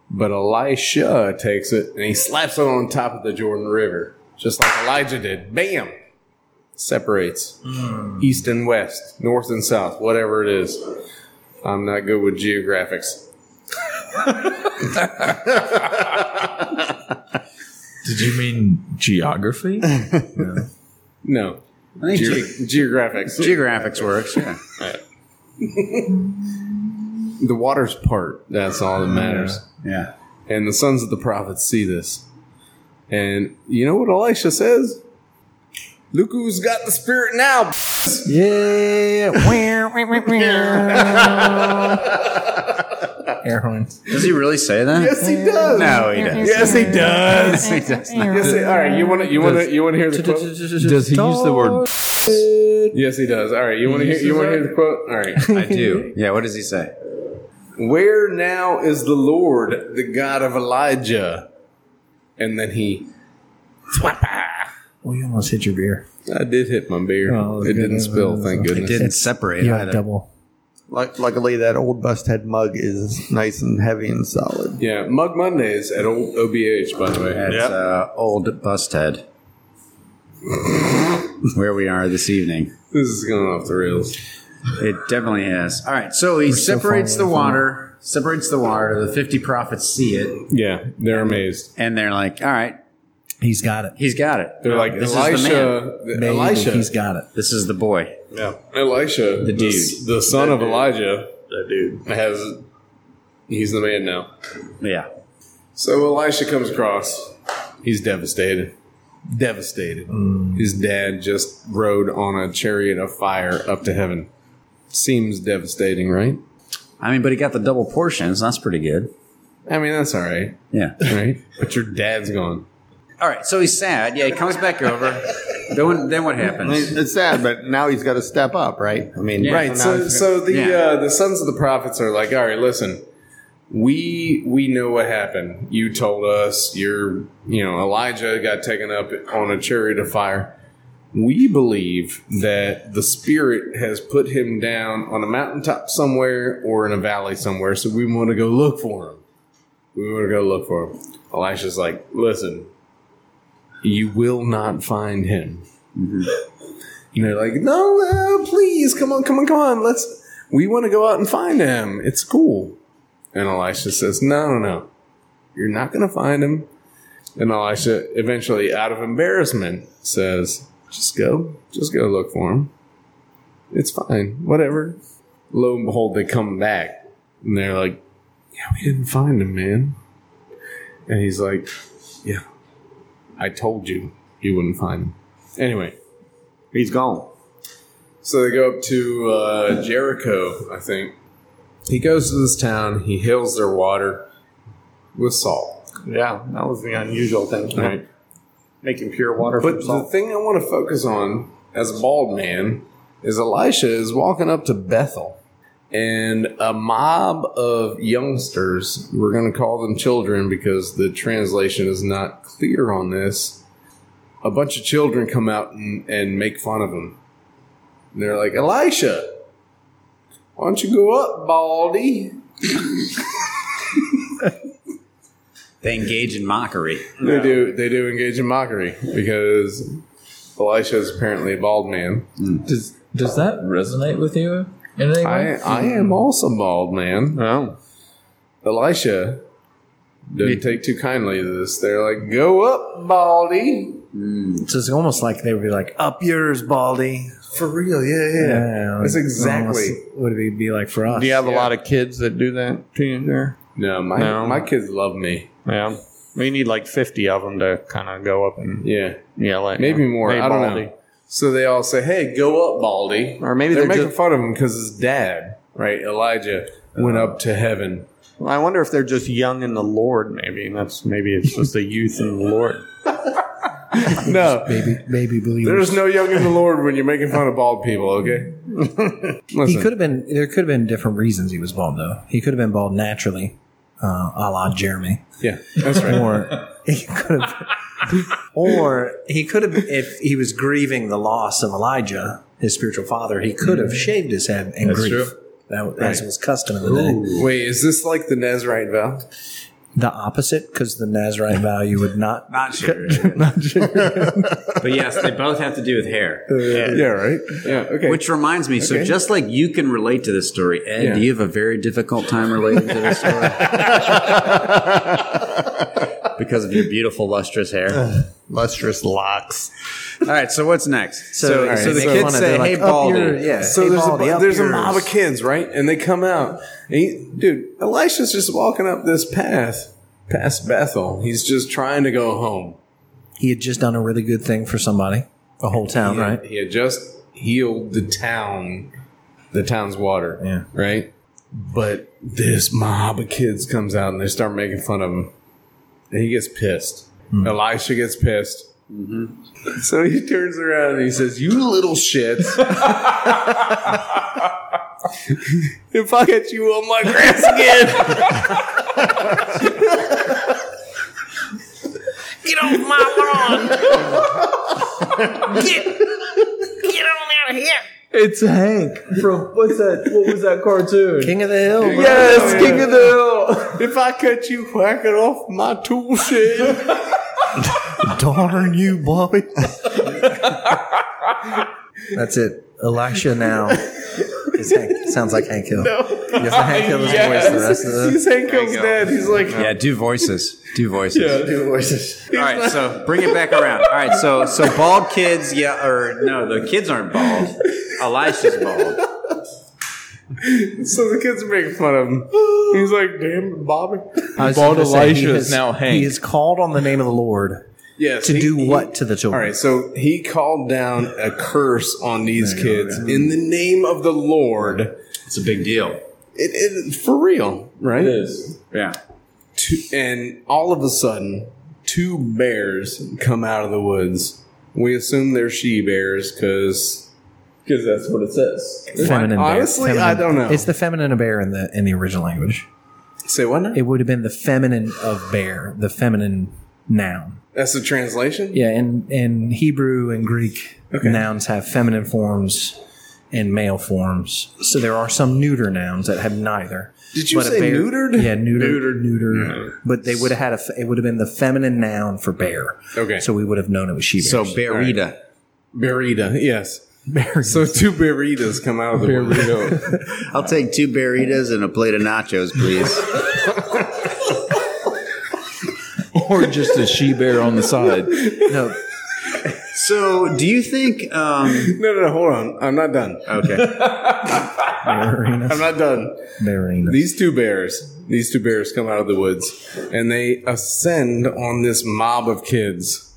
C: But Elisha takes it and he slaps it on top of the Jordan River, just like Elijah did. Bam! Separates
B: Hmm.
C: east and west, north and south, whatever it is. I'm not good with geographics.
D: Did you mean geography?
C: No,
B: I think ge-
C: ge- geographics.
B: geographics works. Yeah.
C: the water's part. That's all that matters.
B: Yeah.
C: And the sons of the prophets see this. And you know what Elisha says? Look who's got the spirit now.
F: Yeah. Wah, wah, wah, wah. Air horns.
B: Does he really say that?
C: Yes, he does.
B: No, he doesn't.
C: Yes, he does.
B: He does not.
C: Yes, he- all right. You want to? You want to? You want to hear the quote?
D: Does he use the word?
C: Yes, he does. All right. You want to hear? You want to hear the quote? All right.
B: I do. Yeah. What does he say?
C: Where now is the Lord, the God of Elijah? And then he.
F: Well, you almost hit your beer.
C: I did hit my beer.
F: Oh,
C: it didn't
F: goodness.
C: spill. Thank goodness.
B: Didn't separate.
F: You
B: either.
F: have double.
E: Luck- Luckily, that old bust head mug is nice and heavy and solid.
C: Yeah, Mug Mondays at old OBH. By the way,
B: That's uh, old Busthead. Where we are this evening.
C: this is going off the rails.
B: It definitely is. All right, so he separates the water, separates the water. The 50 prophets see it,
C: Yeah, they're amazed.
B: and they're like, all right,
F: He's got it.
B: he's got it.
C: They're like
B: this is the man.
C: Elisha. the-
F: Maybe
C: Elisha.
F: he's got it.
B: This is the boy.
C: Yeah. Elisha, the
B: dude.
C: s- the son of Elijah, that dude has. He's the man now.
B: Yeah.
C: So Elisha comes across. He's devastated. Devastated. His dad just rode on a chariot of fire up to heaven. Seems devastating, right?
B: I mean, but he got the double portions. That's pretty good.
C: I mean, that's all right,
B: Yeah.
C: right? but your dad's gone.
B: All right, so he's sad. Yeah, he comes back over. Then what, then what happens?
H: It's sad, but now he's got to step up, right? I mean,
C: right.
H: now
C: So,
H: he's-
C: so the
B: Yeah.
C: uh, the sons of the prophets are like, all right, listen, we we know what happened. You told us your you know Elijah got taken up on a chariot of fire. We believe that the spirit has put him down on a mountaintop somewhere or in a valley somewhere. So we want to go look for him. We want to go look for him. Elisha's like, listen, you will not find him. And they're like, no, no, please, come on, come on, come on. Let's, we want to go out and find him. It's cool. And Elisha says, no, no, no. You're not going to find him. And Elisha, eventually, out of embarrassment, says, just go, just go look for him. It's fine, whatever. Lo and behold, they come back and they're like, yeah, we didn't find him, man. And he's like, yeah, I told you you wouldn't find him. Anyway.
H: he's gone.
C: So they go up to uh, Jericho, I think. He goes to this town. He heals their water with salt.
E: Yeah, that was the unusual thing.
C: Right.
E: Making pure water
C: But
E: from
C: the
E: salt.
C: thing I want to focus on as a bald man is Elisha is walking up to Bethel, and a mob of youngsters. We're going to call them children because the translation is not clear on this. A bunch of children come out and, and make fun of him. And they're like, Elisha, why don't you go up, Baldy?
B: They engage in mockery.
C: They do. They do engage in mockery because Elisha is apparently a bald man.
D: Does does that resonate with you in any
C: I
D: way?
C: I am also bald man.
H: Oh,
C: Elisha didn't take too kindly to this. They're like, "Go up, baldy."
F: So it's almost like they would be like, "Up yours, Baldy."
C: For real? Yeah, yeah. That's exactly.
F: what it would be like for us.
H: do you have a lot of kids that do that to you there?
C: No, my
E: No.
C: my kids love me.
E: Yeah. We need like 50 of them to kind of go up and
C: Yeah,
E: yell at
C: maybe
E: you.
C: more.
E: Hey,
C: I don't
E: Baldy.
C: know. So they all say, "Hey, go up, baldy."
H: Or maybe
C: They're
H: they're
C: making
H: just-
C: fun of him because his dad, right? Elijah went up to heaven.
E: Well, I wonder if they're just young in the Lord, maybe. And that's maybe it's just the youth in the Lord.
C: No,
F: baby, baby believers?
C: There's no young in the Lord when you're making fun of bald people, okay?
F: He
C: Listen,
F: could have been. There could have been different reasons he was bald, though. He could have been bald naturally, uh, a la Jeremy,
C: yeah, that's right.
F: or he could have, or he could have, if he was grieving the loss of Elijah, his spiritual father, he could have shaved his head in
D: That's
F: grief.
D: true.
F: That, that's was custom in the day.
C: Wait, is this like the Nazarite vow?
F: The opposite, because the Nazarite value would not.
B: Not sure. but yes, they both have to do with hair.
C: Yeah, right. Yeah, okay.
B: Which reminds me, so just like you can relate to this story, Ed,
C: Yeah.
B: do you have a very difficult time relating to this story? because of your beautiful, lustrous hair.
H: Lustrous locks.
B: All right, so what's next? So,
F: all right,
B: so the
F: so-
B: kids say,
F: like,
B: hey,
F: up
B: Baldy.
F: your- yeah.
C: so
F: hey,
C: there's,
F: Baldy,
C: a,
F: up
C: there's a
F: yours.
C: mob of kids, right? And they come out. And he, dude, Elisha's just walking up this path past Bethel. He's just trying to go home.
F: He had just done a really good thing for somebody, a whole town, right?
C: He had just healed the town, the town's water.
F: Yeah.
C: Right? But this mob of kids comes out and they start making fun of him. And he gets pissed.
B: Hmm.
C: Elisha gets pissed.
D: Mm-hmm.
C: So he turns around and he says, You little shits. if I get you on my grass again.
I: Get off my lawn! get, get on out of here!
D: It's Hank from what's that? What was that cartoon?
F: King of the Hill. bro.
D: yes, King of the Hill.
C: if I cut you whacking off my tool shed.
H: Darn you, Bobby.
F: That's it. Elisha now is Hank. Sounds like Hank Hill. You have to Hank Hill's voice the rest of the.
C: He's Hank Hill's dad. He's like,
B: Yeah, do voices. Do voices. All right, so bring it back around. All right, so so bald kids, yeah, or no, the kids aren't bald. Elisha's bald.
C: So the kids are making fun of him. He's like, damn it, Bobby.
D: Bald
F: gonna say, he
D: Elisha
F: has-
D: is now
F: He
D: Hank.
F: is called on the name of the Lord
C: Yes.
F: to
C: he-
F: do
C: he-
F: what to the
C: All
F: children?
C: right, so he called down a curse on these kids in the name of the Lord. It,
B: It's a big deal.
C: it for real, right?
D: is.
B: Yeah.
C: Two- and all of a sudden, two bears come out of the woods We assume they're she bears because
D: because that's what it says.
F: Feminine bear.
C: honestly, I
F: Feminine-
C: don't know.
F: It's the feminine of bear in the in the original language.
C: say what? now?
F: It would have been the feminine of bear, the feminine noun.
C: That's the translation.
F: Yeah, in in Hebrew and Greek, nouns have feminine forms and male forms. So there are some neuter nouns that have neither.
C: Did you
F: a
C: say neutered?
F: Yeah, neutered, neutered, But they would have had a. f- It would have been the feminine noun for bear.
C: Okay.
F: So we would have known it was she. bears.
H: So Barita.
C: Burrito, yes. So two burritos come out of the burrito.
H: I'll take two burritos and a plate of nachos, please.
D: Or just a she bear on the side.
F: no,
H: so, do you think? Um,
C: no, no, no, hold on. I'm not done.
H: okay,
C: I'm not done.
F: Marina.
C: These two bears, these two bears come out of the woods and they ascend on this mob of kids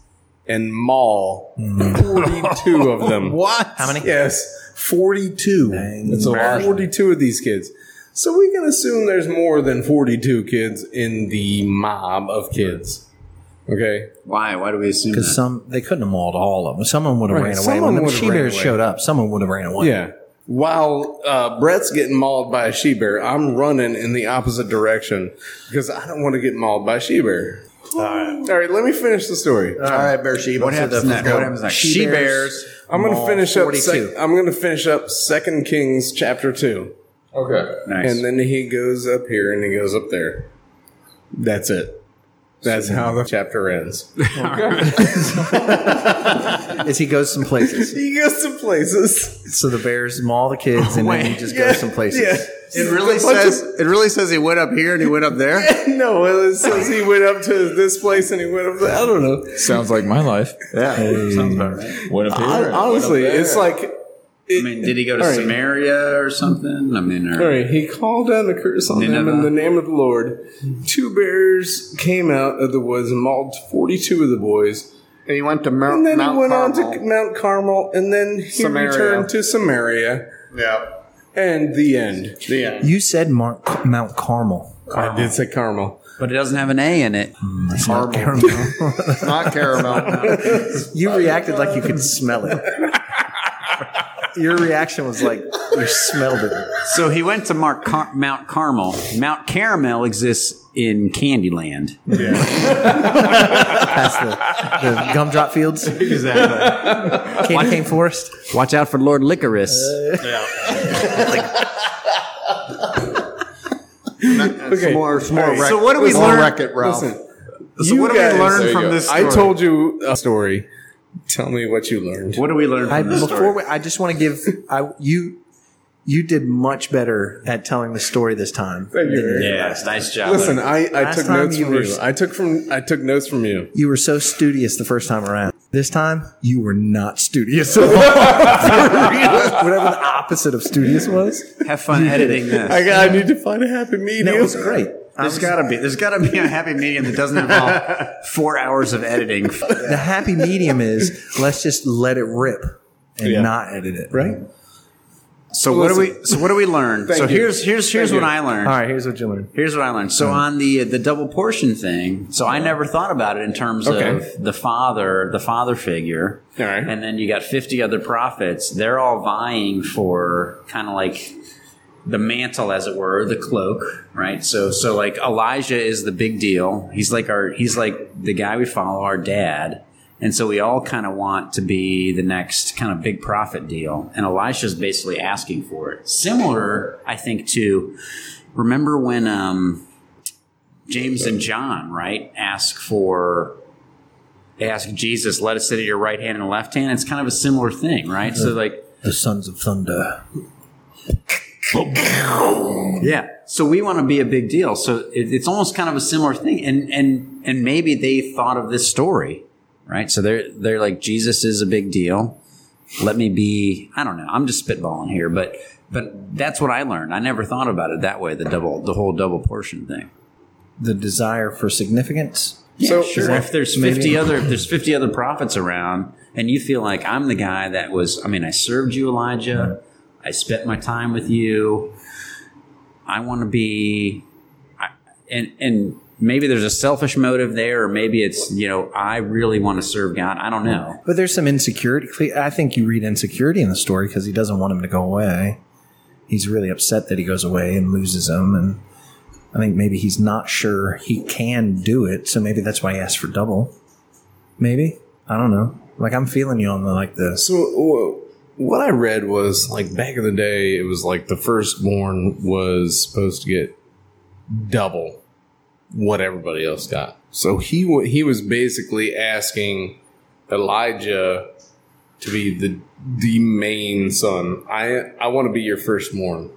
C: and maul 42 of them.
H: what?
F: How many?
C: Yes, 42. That's a lot. 42 of these kids. So we can assume there's more than 42 kids in the mob of kids. Okay.
H: Why? Why do we assume
F: Because
H: that?
F: some they couldn't have mauled all of them. Someone would have
C: Right,
F: ran away.
C: someone
F: When the
C: would have
F: she
C: ran
F: bears
C: away.
F: showed up, someone would have ran away.
C: Yeah. While uh, Brett's getting mauled by a she bear, I'm running in the opposite direction because I don't want to get mauled by a she bear. All right. All right, let me finish the story.
F: Uh,
E: All right, Beersheba.
H: What happens next? What happens next?
F: She bears.
C: I'm going to
F: Maul
C: finish up.
F: 42.
C: Sec- I'm going to finish up Second Kings chapter two,
D: Okay.
B: Nice.
C: and then he goes up here and he goes up there. That's it. That's how the chapter ends.
F: As he goes some places.
C: he goes to places.
F: so the bears maul the kids, and then he just goes some places.
C: Yeah.
H: It really
C: A bunch
H: says it really says he went up here and he went up there.
C: No, it says he went up to this place and he went up. There. I don't know.
D: Sounds like my life.
H: Yeah,
D: Sounds about right. What up here?
C: Hon- honestly,
D: What up there?
C: it's like.
B: I mean, did he go to
C: All right.
B: Samaria or something? I mean, or,
C: All right, he called down the curse on them in
B: Nineveh.
C: the name of the Lord. Two bears came out of the woods and mauled 42 of the boys.
E: And he went to Mount.
C: And then
E: Mount
C: he went on to
E: Carmel.
C: Mount Carmel, and then he
E: Samaria.
C: returned to Samaria.
E: Yeah.
C: And the end.
E: The end.
F: You said Mar- Mount Carmel.
C: I did say Carmel.
B: but it doesn't have an A in it.
F: It's not Carmel.
E: Not caramel.
F: you reacted like you could smell it. Your reaction was like you smelled it.
B: So he went to Mark Car- Mount Carmel. Mount Caramel exists in Candyland.
F: Past the, the gumdrop fields,
H: exactly.
F: candy cane forest.
B: Watch out for Lord Licorice.
E: Some more, some more wreck,
B: So what do we
E: some more
B: learn-
E: Wreck it, Ralph.
B: so what do we learn from this?
C: I told you a story. Tell me what you learned.
B: What do we learn
F: I,
B: from this
F: before
B: story?
F: we, I just want to give I, you. You did much better at telling the story this time.
C: Thank you, Eric.
B: yeah, nice job.
C: Listen, I, I
F: Last
C: took
F: time
C: notes
F: you
C: from
F: were-
C: you. I took from I took notes from you.
F: You were so studious the first time around. This time, you were not studious at all. Whatever the opposite of studious was,
B: have fun editing this.
C: I, got- I need to find a happy medium.
F: that was great.
B: There's got to be. There's got to be a happy medium that doesn't involve four hours of editing.
F: The happy medium is let's just let it rip and
C: Yeah.
F: not edit it. Right?
B: So what do we? So what do we learn? so
C: you.
B: here's here's here's what I learned.
F: All right, here's what you learned.
B: Here's what I learned. So on the uh, the double portion thing, so I never thought about it in terms
C: Okay.
B: of the father, the father figure.
C: All right.
B: And then you got 50 other prophets. They're all vying for kind of like the mantle as it were, the cloak, right? So so like Elijah is the big deal. He's like our he's like the guy we follow, our dad. And so we all kind of want to be the next kind of big prophet deal. And Elisha's basically asking for it. Similar, I think, to remember when um, James and John, right, ask for they ask Jesus, "Let us sit at your right hand and left hand." It's kind of a similar thing, right? So like,
F: The sons of thunder.
B: yeah. So we want to be a big deal. So it, it's almost kind of a similar thing, and and and maybe they thought of this story, right? So they're they're like, Jesus is a big deal. Let me be. I don't know. I'm just spitballing here, but but that's what I learned. I never thought about it that way. The double, the whole double portion thing.
F: The desire for significance.
C: so
B: Sure. If there's fifty other, if there's fifty other prophets around, and you feel like I'm the guy that was, I mean, I served you, Elijah. I spent my time with you. I want to be, I, and and maybe there's a selfish motive there, or maybe it's you know I really want to serve God. I don't know.
F: But there's some insecurity. I think you read insecurity in the story because he doesn't want him to go away. He's really upset that he goes away and loses him, and I think maybe he's not sure he can do it. So maybe that's why he asked for double. Maybe I don't know. Like I'm feeling you on the like this.
C: So wh- what I read was like back in the day, it was like the firstborn was supposed to get double what everybody else got. So he wa- he was basically asking Elijah to be the the main son. I I want to be your firstborn.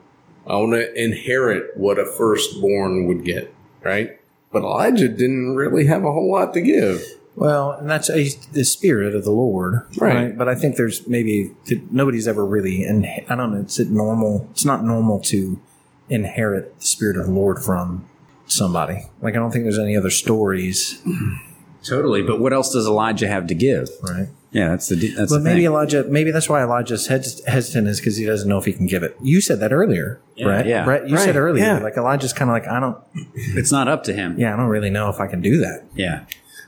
C: I want to inherit what a firstborn would get, right? But Elijah didn't really have a whole lot to give.
F: Well, and that's a, the spirit of the Lord,
C: Right.
F: But I think there's maybe nobody's ever really, and I don't know. It's it normal. It's not normal to inherit the spirit of the Lord from somebody. Like I don't think there's any other stories,
B: Totally. But what else does Elijah have to give?
F: right?
B: Yeah, that's the de- that's
F: But
B: the
F: maybe
B: thing.
F: Elijah, maybe that's why Elijah's hes- hesitant is because he doesn't know if he can give it. You said that earlier, Brett.
B: yeah.
F: Brett, you said
C: Right,
F: earlier,
C: yeah.
F: like Elijah's kind of like, I don't,
B: it's not up to him.
F: yeah, I don't really know if I can do that.
B: yeah.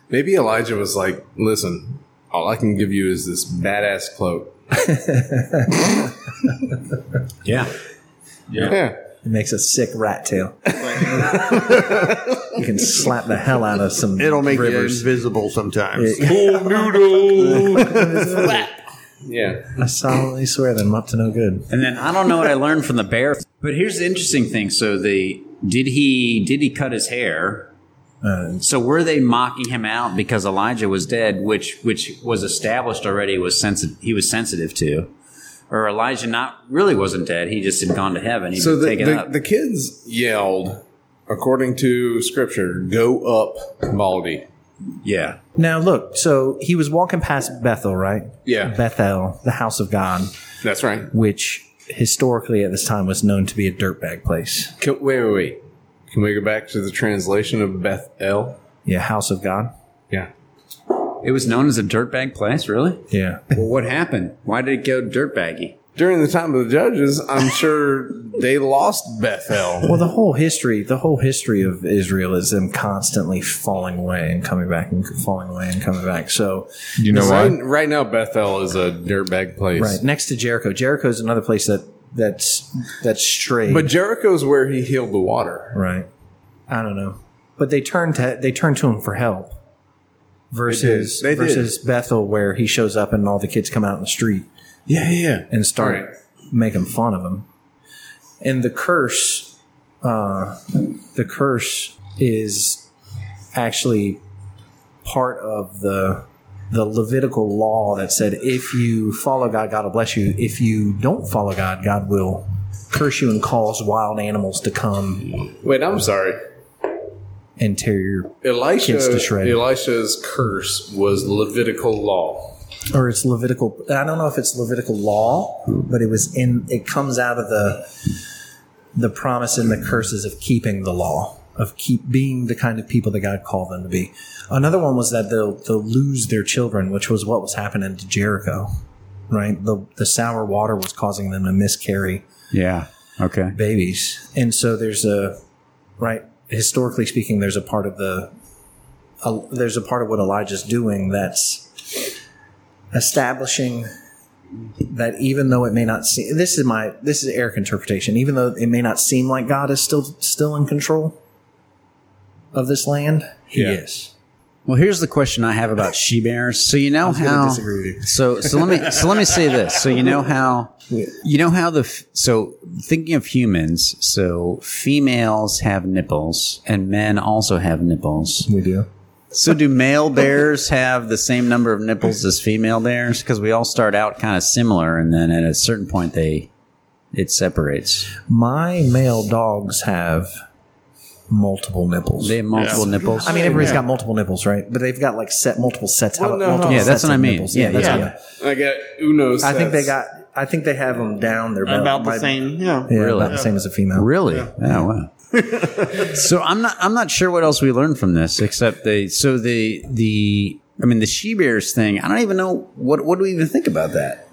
C: Maybe Elijah was like, "Listen, all I can give you is this badass cloak."
B: Yeah.
C: Yeah.
F: It makes a sick rat tail. you can slap the hell out of some.
E: It'll make
F: rivers.
E: you invisible sometimes.
C: Cool noodle. yeah.
F: I solemnly swear that I'm up to no good.
B: And then I don't know what I learned from the bear. But here's the interesting thing. So the did he did he cut his hair?
F: Uh,
B: So were they mocking him out because Elijah was dead, which which was established already was sensitive. He was sensitive to, or Elijah not really wasn't dead. He just had gone to heaven. He
C: So
B: was
C: the,
B: taken
C: the,
B: up.
C: the kids yelled, according to scripture, "Go up, Baldy."
B: yeah,
F: now look, so he was walking past Bethel, right?
C: Yeah.
F: Bethel, the house of God,
C: That's right.
F: which historically at this time was known to be a dirtbag place.
C: Can, wait, wait, wait. Can we go back to the translation of Beth El?
F: Yeah, house of God.
C: Yeah.
B: it was known as a dirtbag place. Really?
F: Yeah.
B: Well, what happened? Why did it go dirtbaggy?
C: During the time of the judges, I'm sure they lost Beth El.
F: Well, the whole history, the whole history of Israel is them constantly falling away and coming back and falling away and coming back. So,
D: You know
C: Right,
D: why?
C: right now, Beth El is a dirtbag place.
F: right next to Jericho, Jericho is another place that that's that's straight.
C: But Jericho's where he healed the water.
F: right, I don't know. But they turn to they turn to him for help versus
C: They did. They did.
F: versus Bethel, where he shows up and all the kids come out in the street
C: Yeah, yeah.
F: and start
C: Right.
F: making fun of him. And the curse, uh, the curse is actually part of the the Levitical law that said if you follow God, God will bless you. If you don't follow God, God will curse you and cause wild animals to come
C: Wait, I'm sorry.
F: and tear your
C: Elisha,
F: Kids to shred.
C: Elisha's curse was Levitical law.
F: or it's Levitical. I don't know if it's Levitical law, but it was in. It comes out of the the promise and the curses of keeping the law, of keep being the kind of people that God called them to be. Another one was that they'll they'll lose their children, which was what was happening to Jericho. Right, the the sour water was causing them to miscarry
B: Yeah. Okay.
F: babies, and so there's a right historically speaking, there's a part of the a, there's a part of what Elijah's doing that's establishing that even though it may not seem this is my this is Eric interpretation even though it may not seem like God is still still in control of this land he is
B: Well, here's the question I have about she bears. So you know how
F: disagree with you.
B: so so let me so let me say this. So you know how you know how the f- so thinking of humans. So females have nipples and men also have nipples.
F: we do
B: So do male bears have the same number of nipples as female bears? Because we all start out kind of similar, and then at a certain point they it separates.
F: my male dogs have multiple nipples
B: They have multiple nipples.
F: I mean, everybody's got multiple nipples, right? But they've got like set multiple sets. how-
C: Well, no,
F: multiple
C: no.
B: Yeah, that's
F: sets
B: what
F: of
B: I mean.
F: nipples.
B: Yeah,
F: Yeah, that's
B: yeah.
F: what I mean.
C: I got Uno.
F: I think they
C: sets.
F: got. I think they have them down their belt
E: About the
F: by-
E: same. Yeah.
F: Yeah,
B: Really?
F: about the same as a female.
B: Really? Oh wow. so I'm not I'm not sure what else we learned from this except the so the the I mean the she bears thing. I don't even know what what do we even think about that.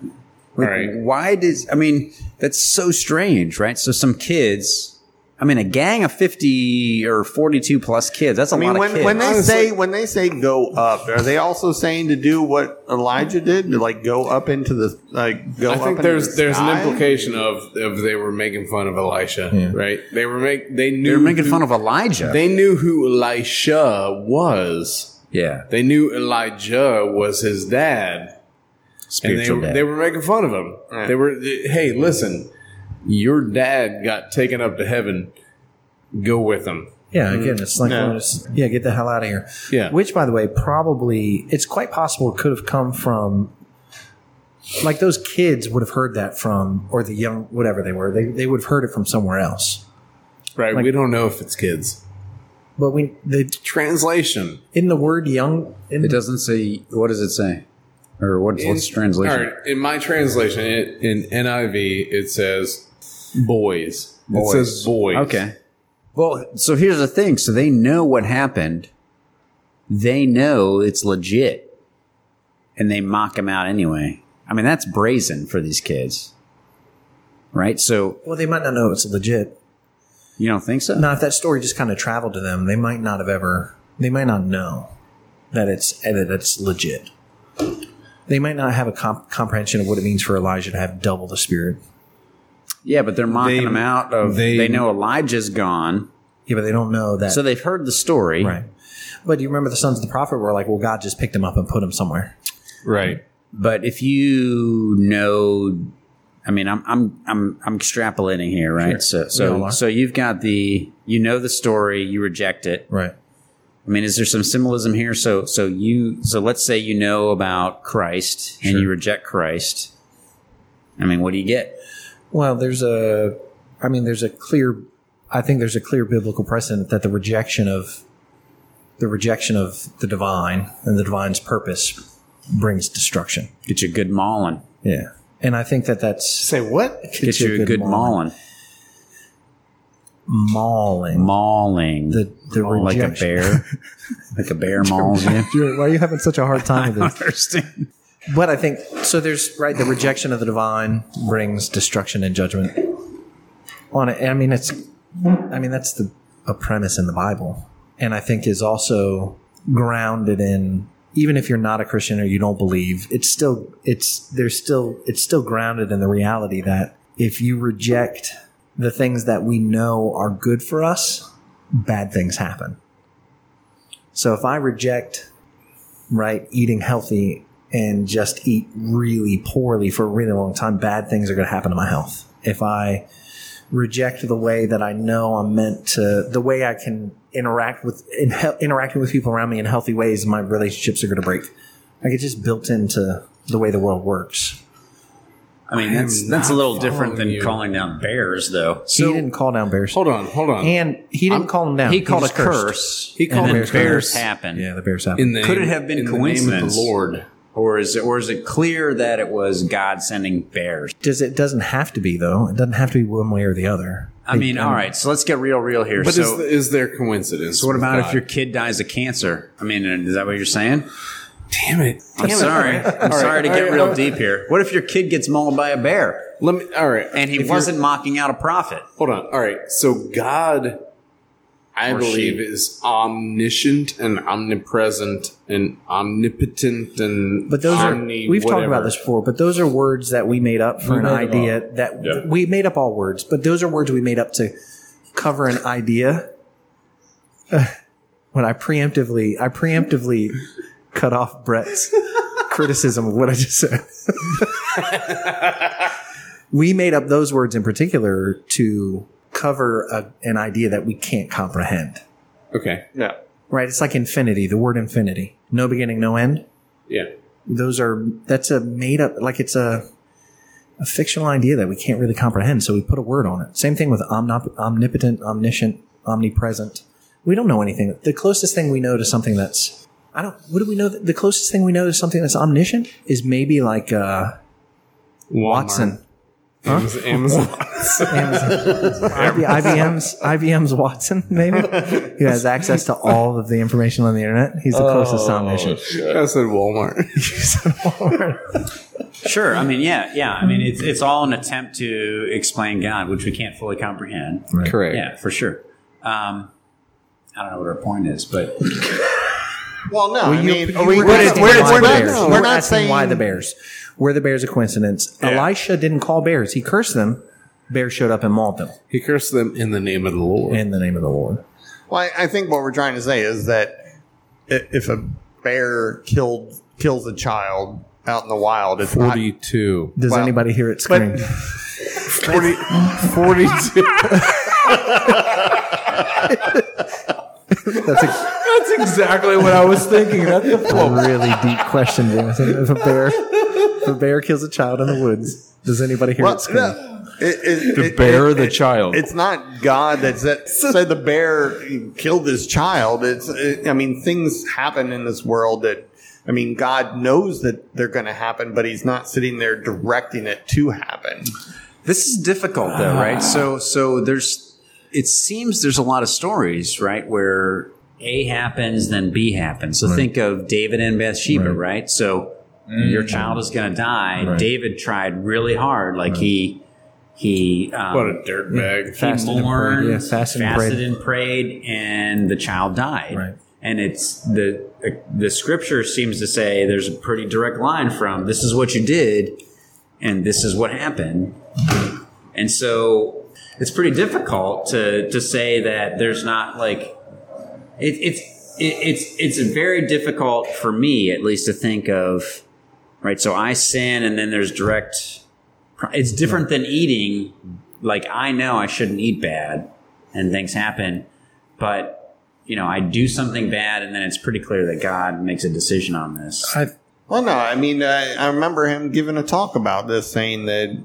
B: Like,
C: Right.
B: Why does I mean that's so strange, right? So some kids I mean, a gang of fifty or forty-two plus kids. That's a
E: I mean,
B: lot
E: when,
B: of kids.
E: when they say when they say go up, are they also saying to do what Elijah did, to like go up into the like go
C: I
E: up?
C: think
E: into
C: there's
E: the
C: there's an
E: sky?
C: implication of of they were making fun of Elisha, right? They were make they knew
B: they're making
C: who-
B: fun of Elijah.
C: They knew who Elisha was.
B: yeah,
C: They knew Elijah was his dad,
B: spiritual
C: and they,
B: dad.
C: they were making fun of him. They were, hey, listen, your dad got taken up to heaven. Go with him.
F: Yeah, again, it's like, one of those- yeah, get the hell out of here.
C: Yeah.
F: Which, by the way, probably, it's quite possible it could have come from, like, those kids would have heard that from, or the young, whatever they were, they, they would have heard it from somewhere else.
C: Right? we don't know if it's kids.
F: But we, they,
C: Translation.
F: in the word young, in,
J: It doesn't say. What does it say? Or what, what's the translation?
C: All right, in my translation, it, in NIV, it says boys. It says boys.
J: Okay.
B: Well, so here's the thing. So they know what happened. They know it's legit. And they mock him out anyway. I mean, that's brazen for these kids. Right? So
F: well, they might not know it's legit.
B: you don't think so?
F: Now, if that story just kind of traveled to them, they might not have ever, they might not know that it's, that it's legit. They might not have a comp- comprehension of what it means for Elijah to have double the spirit.
B: Yeah, but they're mocking
C: They-
B: him out of
C: they-
B: they, know Elijah's gone.
F: Yeah, but they don't know that.
B: So they've heard the story.
F: Right. But you remember the sons of the prophet were like, well, God just picked him up and put him somewhere.
C: Right.
B: But if you know I mean I'm I'm I'm I'm extrapolating here, right? So
F: all
B: so
F: are.
B: so you've got the you know the story, you reject it.
F: Right.
B: I mean, is there some symbolism here? So, so you, so let's say you know about Christ and you reject Christ. I mean, what do you get?
F: Well, there's a, I mean, there's a clear, I think there's a clear biblical precedent that the rejection of, the rejection of the divine and the divine's purpose brings destruction.
B: Get you a good mauling.
F: Yeah. And I think that that's
E: Say what?
B: Get you a good mauling.
F: mauling.
B: Mauling.
F: The, the
B: like a
F: rejection.
B: bear. like a bear mauls you.
F: Why are you having such a hard time with this?
B: Understand.
F: But I think so. There's right. The rejection of the divine brings destruction and judgment. On it, I mean, it's, I mean, that's the a premise in the Bible, and I think is also grounded in. Even if you're not a Christian or you don't believe, it's still it's there's still it's still grounded in the reality that if you reject the things that we know are good for us, bad things happen. So if I reject right eating healthy and just eat really poorly for a really long time, bad things are going to happen to my health. If I reject the way that I know I'm meant to, the way I can interact with in, he- interacting with people around me in healthy ways, my relationships are going to break. Like it's just built into the way the world works.
B: I mean, that's, that's a little different than calling down bears, though.
F: he didn't call down bears,
C: Hold on, hold on.
F: and he didn't call them down.
B: He called a
F: just cursed.
B: curse.
C: He called
B: and
C: it
B: then
C: a
B: bears
C: curse.
B: happen.
F: Yeah, the bears happened.
C: In the
B: Could it
C: name-
B: have been
C: in the name of the
B: coincidence?
C: Lord.
B: Or is it, or is it clear that it was God sending bears?
F: Does it doesn't have to be though? It doesn't have to be one way or the other.
B: I mean, all right. So let's get real, real here.
C: But
B: so,
C: is, the- is there coincidence?
B: So what
C: with
B: about
C: God?
B: if your kid dies of cancer? I mean, uh, is that what you're saying?
C: Damn it.
B: I'm sorry. I'm sorry to get real deep here. What if your kid gets mauled by a bear
C: Let me. All right.
B: and he wasn't mocking out a prophet?
C: Hold on. All right. So God, I believe, is omniscient and omnipresent and omnipotent and.
F: But those
C: omni-
F: are we've talked
C: whatever.
F: about this before. But those are words that we made up for an
K: made them
F: idea that we made up all words. But those are words we made up to cover an idea. when I preemptively, I preemptively cut off Brett's criticism of what I just said. we made up those words in particular to cover a, an idea that we can't comprehend.
C: Okay.
E: Yeah.
F: Right? It's like infinity. The word infinity, no beginning, no end
C: Yeah.
F: those are that's a made up like it's a a fictional idea that we can't really comprehend so we put a word on it same thing with omnip- omnipotent omniscient omnipresent we don't know anything the closest thing we know to something that's i don't what do we know the closest thing we know to something that's omniscient is maybe like uh watson
C: Amazon. Amazon.
F: IB, IBM's IBM's Watson, maybe who has access to all of the information Oh. on the internet. He's the closest omniscient.
C: I said Walmart.
B: Sure. I mean, yeah, yeah. I mean, it's it's all an attempt to explain God, which we can't fully comprehend.
A: Correct.
B: Yeah, for sure. Um, I don't know what our point is, but
E: Well, no. I mean, are we-
F: We're,
E: we're-
F: asking
E: we're-
F: why
E: we're
F: the
E: not-
F: bears.
E: no,
F: We're
E: we're not
F: asking
E: saying
F: why the bears. Where the bears a coincidence. Elisha didn't call bears. He cursed them. Bears showed up and mauled them
C: He cursed them in the name of the Lord.
F: in the name of the Lord.
E: Well, I- I think what we're trying to say is that i- if a bear killed kills a child out in the wild, it's not.
C: 42.
F: Does
E: Wow.
F: anybody hear it scream?
C: 40, 42.
F: That's a
C: That's exactly what I was thinking. That's the flow.
F: really deep question, Jameson. If a bear, if a bear kills a child in the woods, does anybody hear
E: Well,
F: it scream?
E: no, it- it-
D: The
E: it-
D: bear
E: it-
D: or the
E: it-
D: child?
E: It's not God that said, said the bear killed his child. It's it, I mean things happen in this world that I mean God knows that they're going to happen, but He's not sitting there directing it to happen.
G: This is difficult though,
F: Ah.
G: right? So so there's it seems there's a lot of stories, right, where
B: A happens, then B happens. So think of David and Bathsheba, right? So
F: Mm.
B: your child is going to die. David tried really hard, like he he um,
C: What a dirtbag.
F: Fasted
B: he
F: and prayed.
B: mourned,
F: Yeah,
B: fasted,
F: fasted and prayed.
B: and prayed, and the child died.
F: Right.
B: And it's the the scripture seems to say there's a pretty direct line from this is what you did, and this is what happened. And so it's pretty difficult to to say that there's not like it, it's it, it's it's very difficult for me at least to think of right. So I sin, and then there's direct. pro- It's different than eating. Like I know I shouldn't eat bad, and things happen, but you know I do something bad, and then it's pretty clear that God makes a decision on this.
F: I,
E: Well, no, I mean, I, I remember him giving a talk about this, saying that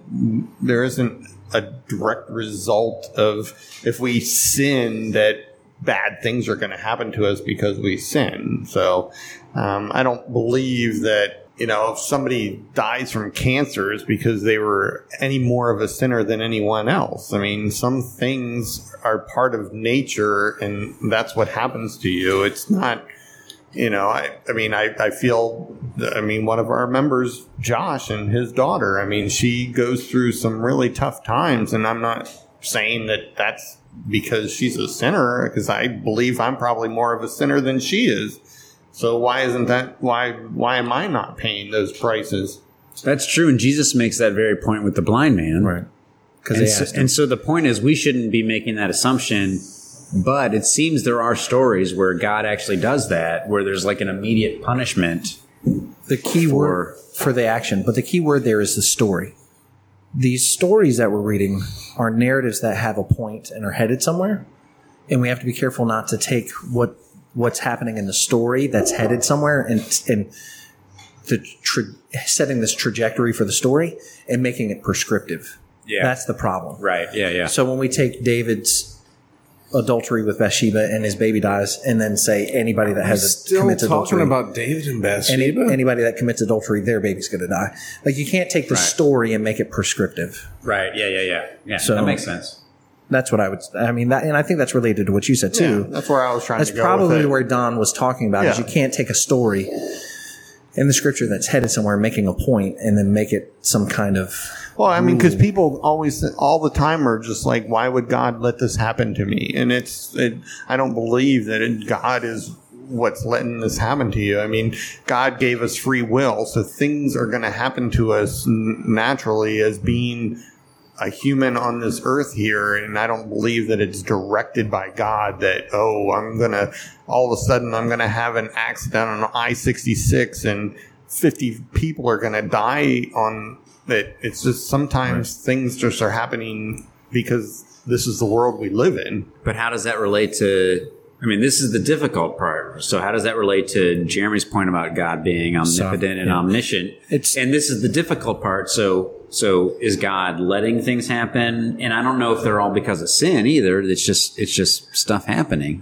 E: there isn't a direct result of if we sin that bad things are going to happen to us because we sin. So um, I don't believe that, you know, if somebody dies from cancer, it's because they were any more of a sinner than anyone else. I mean, some things are part of nature, and that's what happens to you. It's not you know, I, I mean, I, I feel, I mean, one of our members, Josh and his daughter, I mean, she goes through some really tough times. And I'm not saying that that's because she's a sinner, because I believe I'm probably more of a sinner than she is. So why isn't that, why, why am I not paying those prices?
G: That's true, and Jesus makes that very point with the blind man. Right.
F: they
G: And, so,
F: asked
G: and so the point is, we shouldn't be making that assumption. But it seems there are stories where God actually does that, where there's like an immediate punishment.
F: the key word for the action, but the key word there is the story. These stories that we're reading are narratives that have a point and are headed somewhere, and we have to be careful not to take what what's happening in the story that's headed somewhere and and the tra- setting this trajectory for the story and making it prescriptive. Yeah, that's the problem.
B: Right? Yeah, yeah.
F: So when we take David's adultery with Bathsheba and his baby dies, and then say anybody that has a,
C: Still
F: commits
C: talking
F: adultery
C: about David and
F: any,
C: Bathsheba.
F: anybody that commits adultery, their baby's going to die. Like you can't take the story and make it prescriptive.
B: Right? Yeah, yeah, yeah. Yeah,
F: So-
B: that makes sense.
F: That's what I would. I mean, that, and I think that's related to what you said too.
E: That's where I was trying
F: that's
E: to go. with
F: probably
E: it.
F: where Don was talking about. Is
E: Yeah.
F: you can't take a story in the scripture that's headed somewhere, making a point, and then make it some kind of.
E: Well, I mean, because people always, all the time, are just like, "Why would God let this happen to me?" And it's, it, I don't believe that it, God is what's letting this happen to you. I mean, God gave us free will, so things are going to happen to us n- naturally as being a human on this earth here, and I don't believe that it's directed by God that, oh, I'm going to, all of a sudden, I'm going to have an accident on I 66 and 50 people are going to die on it. It's just sometimes things just are happening because this is the world we live in.
B: But how does that relate to? I mean, this is the difficult part. So, how does that relate to Jeremy's point about God being omnipotent and omniscient?
F: It's-
B: and this is the difficult part. So, so is God letting things happen? And I don't know if they're all because of sin either. It's just it's just stuff happening.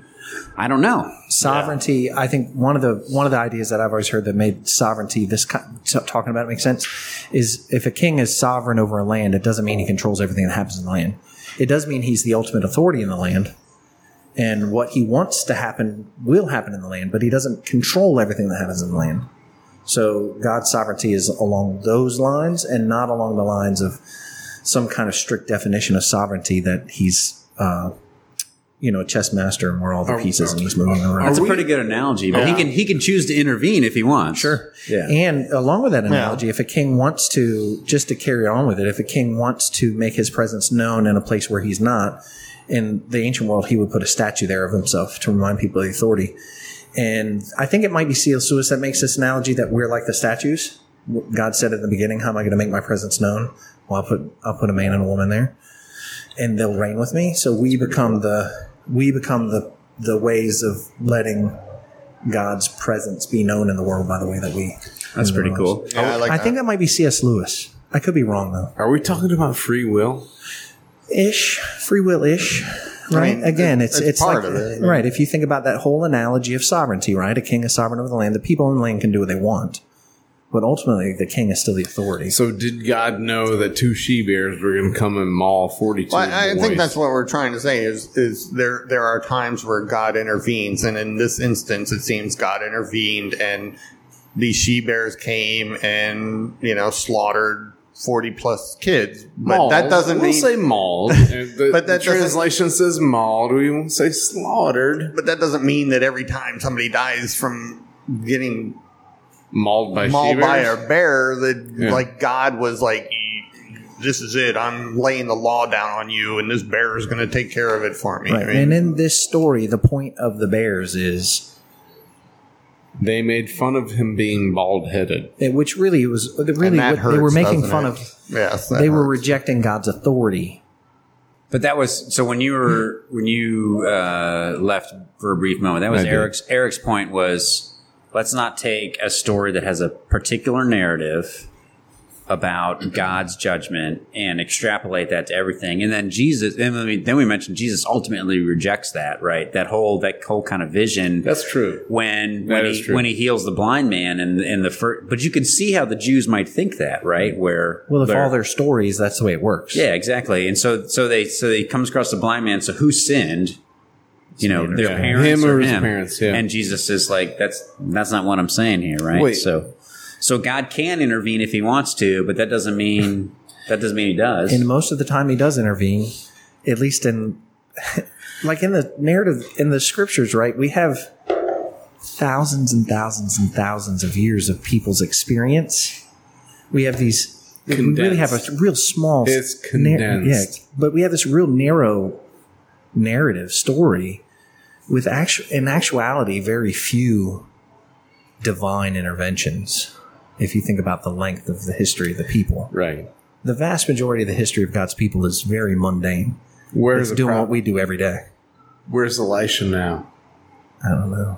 B: I don't know.
F: sovereignty. I think one of the one of the ideas that I've always heard that made sovereignty this ki- t- talking about it makes sense is if a king is sovereign over a land, it doesn't mean he controls everything that happens in the land. It does mean he's the ultimate authority in the land, and what he wants to happen will happen in the land, but he doesn't control everything that happens in the land. So God's sovereignty is along those lines and not along the lines of some kind of strict definition of sovereignty that he's, uh, you know, a chess master and we're all the pieces and he's moving them around.
B: That's a pretty good analogy, but he can he can choose to intervene if he wants. Sure. Yeah.
F: And along with that analogy, if a king wants to, just to carry on with it, if a king wants to make his presence known in a place where he's not, in the ancient world, he would put a statue there of himself to remind people of the authority. And I think it might be C.S. Lewis that makes this analogy that we're like the statues. God said at the beginning, "How am I going to make my presence known? Well, I'll put I'll put a man and a woman there, and they'll reign with me." So we become the we become the the ways of letting God's presence be known in the world by the way that we. That's
B: Pretty cool.
E: Yeah, I like
F: I
E: that.
F: think that might be C.S. Lewis. I could be wrong though.
C: Are we talking about free will?
F: ish, free will ish. Right.
E: mean,
F: Again,
E: it-
F: it's
E: it's
F: it's,
E: part
F: like,
E: of it.
F: right. If you think about that whole analogy of sovereignty, right? A king is sovereign over the land. The people in the land can do what they want, but ultimately, the king is still the authority.
C: So did God know that two she bears were going to come and maul forty two?
E: Well, I I think that's what we're trying to say is is there there are times where God intervenes, and in this instance, it seems God intervened, and these she bears came and you know slaughtered forty plus kids, but that doesn't
C: we'll
E: mean
C: say mauled. And the, but
E: But that
C: the
E: doesn't-
C: translation says mauled. We won't say slaughtered.
E: but that doesn't mean that every time somebody dies from getting
C: Mauled by
E: mauled
C: she
E: by
C: bears?
E: a bear that
C: Yeah.
E: like God was like this is it I'm laying the law down on you and this bear is going to take care of it for me
F: Right.
E: I mean,
F: and in this story, the point of the bears is,
C: They made fun of him being bald headed.
F: eh, which really was really
E: that
F: what they were
E: hurts,
F: making
E: doesn't
F: fun
E: it?
F: of.
E: yes that
F: They were
E: hurts.
F: rejecting God's authority.
B: But that was so when you were when you uh, left for a brief moment. That was
C: I did.
B: Eric's Eric's point was let's not take a story that has a particular narrative about God's judgment and extrapolate that to everything. And then Jesus, and then we, then we mentioned Jesus ultimately rejects that, right? That whole that whole kind of vision
C: That's true.
B: when
C: That
B: when
C: is
B: he,
C: true.
B: when he heals the blind man and and the first. But you can see how the Jews might think that, right? Where
F: Well, if
B: they're-
F: all their stories, that's the way it works.
B: yeah, exactly. And so so they so they comes across the blind man. So who sinned? You know, their
C: Yeah.
B: parents
C: Him or
B: or
C: his
B: him.
C: parents, yeah.
B: And Jesus is like, that's that's not what I'm saying here, right?
C: Wait.
B: So so God can intervene if He wants to, but that doesn't mean that doesn't mean He does.
F: and most of the time he does intervene at least in like in the narrative in the scriptures right we have thousands and thousands and thousands of years of people's experience we have these we really have a real small
C: It's
F: nar-
C: condensed.
F: yeah, but we have this real narrow narrative story with actu- in actuality very few divine interventions if you think about the length of the history of the people
C: Right.
F: the vast majority of the history of God's people is very mundane.
C: Where's
F: It's
C: the
F: doing
C: prob-
F: what we do every day.
C: Where's Elisha now?
F: I don't know.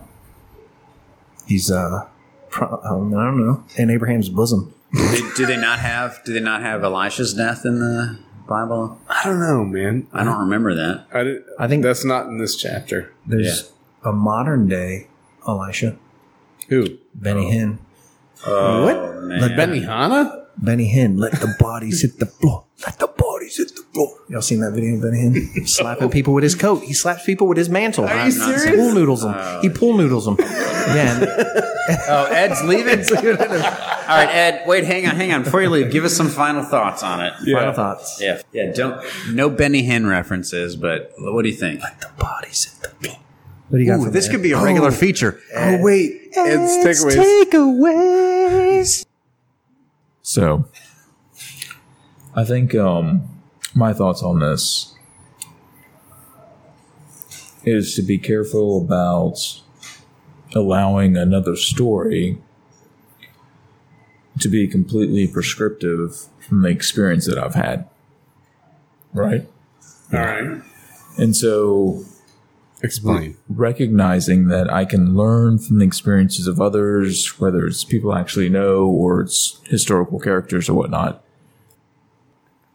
F: He's uh, pro- um, I don't know, in Abraham's bosom.
B: do, do they not have do they not have Elisha's death in the Bible?
C: I don't know, man.
B: I don't remember that.
C: I, did,
F: I think
C: that's not in this chapter.
F: there's a modern day Elisha,
C: Who?
F: Benny Hinn,
B: what?
F: Let
C: Benny Hanna?
F: Benny Hinn. Let the bodies hit the floor. Let the bodies hit the floor. Y'all seen that video of Benny Hinn slapping people with his coat? He slaps people with his mantle. Are you serious? He pool noodles them. he
C: Oh,
F: pool noodles them. yeah. and-
B: Oh, Ed's leaving. All right, Ed. Wait, hang on, hang on. Before you leave, give us some final thoughts on it.
F: Final thoughts.
B: Yeah, yeah. Don't no Benny Hinn references, but what do you think?
F: The bodies hit the floor. What do you got? for me, Ed?
B: be a regular feature.
C: Oh, wait. Ed's takeaways.
D: So, I think um, my thoughts on this is to be careful about allowing another story to be completely prescriptive from the experience that I've had. Right?
C: All right.
D: And so
C: Explain.
D: recognizing that I can learn from the experiences of others, whether it's people I actually know or it's historical characters or whatnot.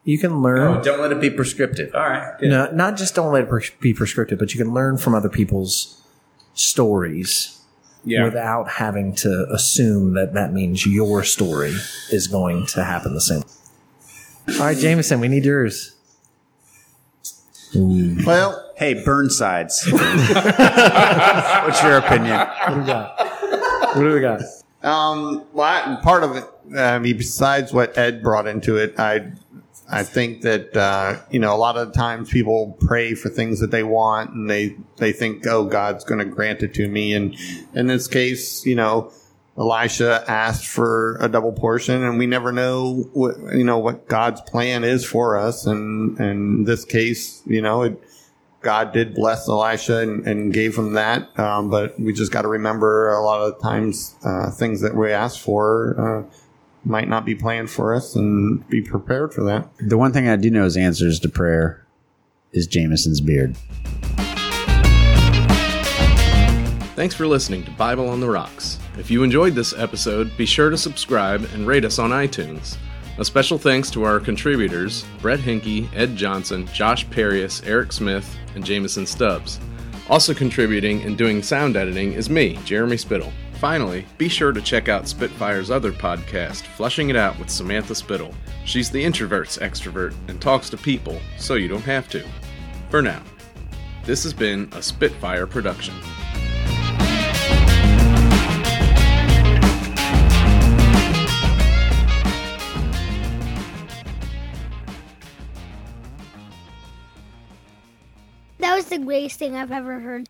F: You can learn.
B: Don't let it be prescriptive. All right.
F: No, not just don't let it pres- be prescriptive, but you can learn from other people's stories
C: Yeah.
F: without having to assume that that means your story is going to happen the same. All right, Jameson, we need yours.
E: well
B: Hey, Burnsides. What's your opinion?
F: What do we got?
E: Um, well, I- part of it, I mean, besides what Ed brought into it, I, I think that uh, you know a lot of times people pray for things that they want, and they they think, oh, God's going to grant it to me. And in this case, you know, Elisha asked for a double portion, and we never know what you know what God's plan is for us. And and in this case, you know, it, God did bless Elisha and, and gave him that. Um, but we just got to remember a lot of times uh, things that we ask for uh, might not be planned for us and be prepared for that.
G: The one thing I do know is answers to prayer is Jameson's beard.
A: Thanks for listening to Bible on the Rocks. If you enjoyed this episode, be sure to subscribe and rate us on iTunes. A special thanks to our contributors, Brett Hinkey, Ed Johnson, Josh Perius, Eric Smith, and Jameson Stubbs. Also contributing and doing sound editing is me, Jeremy Spittle. Finally, be sure to check out Spitfire's other podcast, Flushing It Out with Samantha Spittle. She's the introvert's extrovert and talks to people, so you don't have to. For now, this has been a Spitfire production.
L: That was the greatest thing I've ever heard.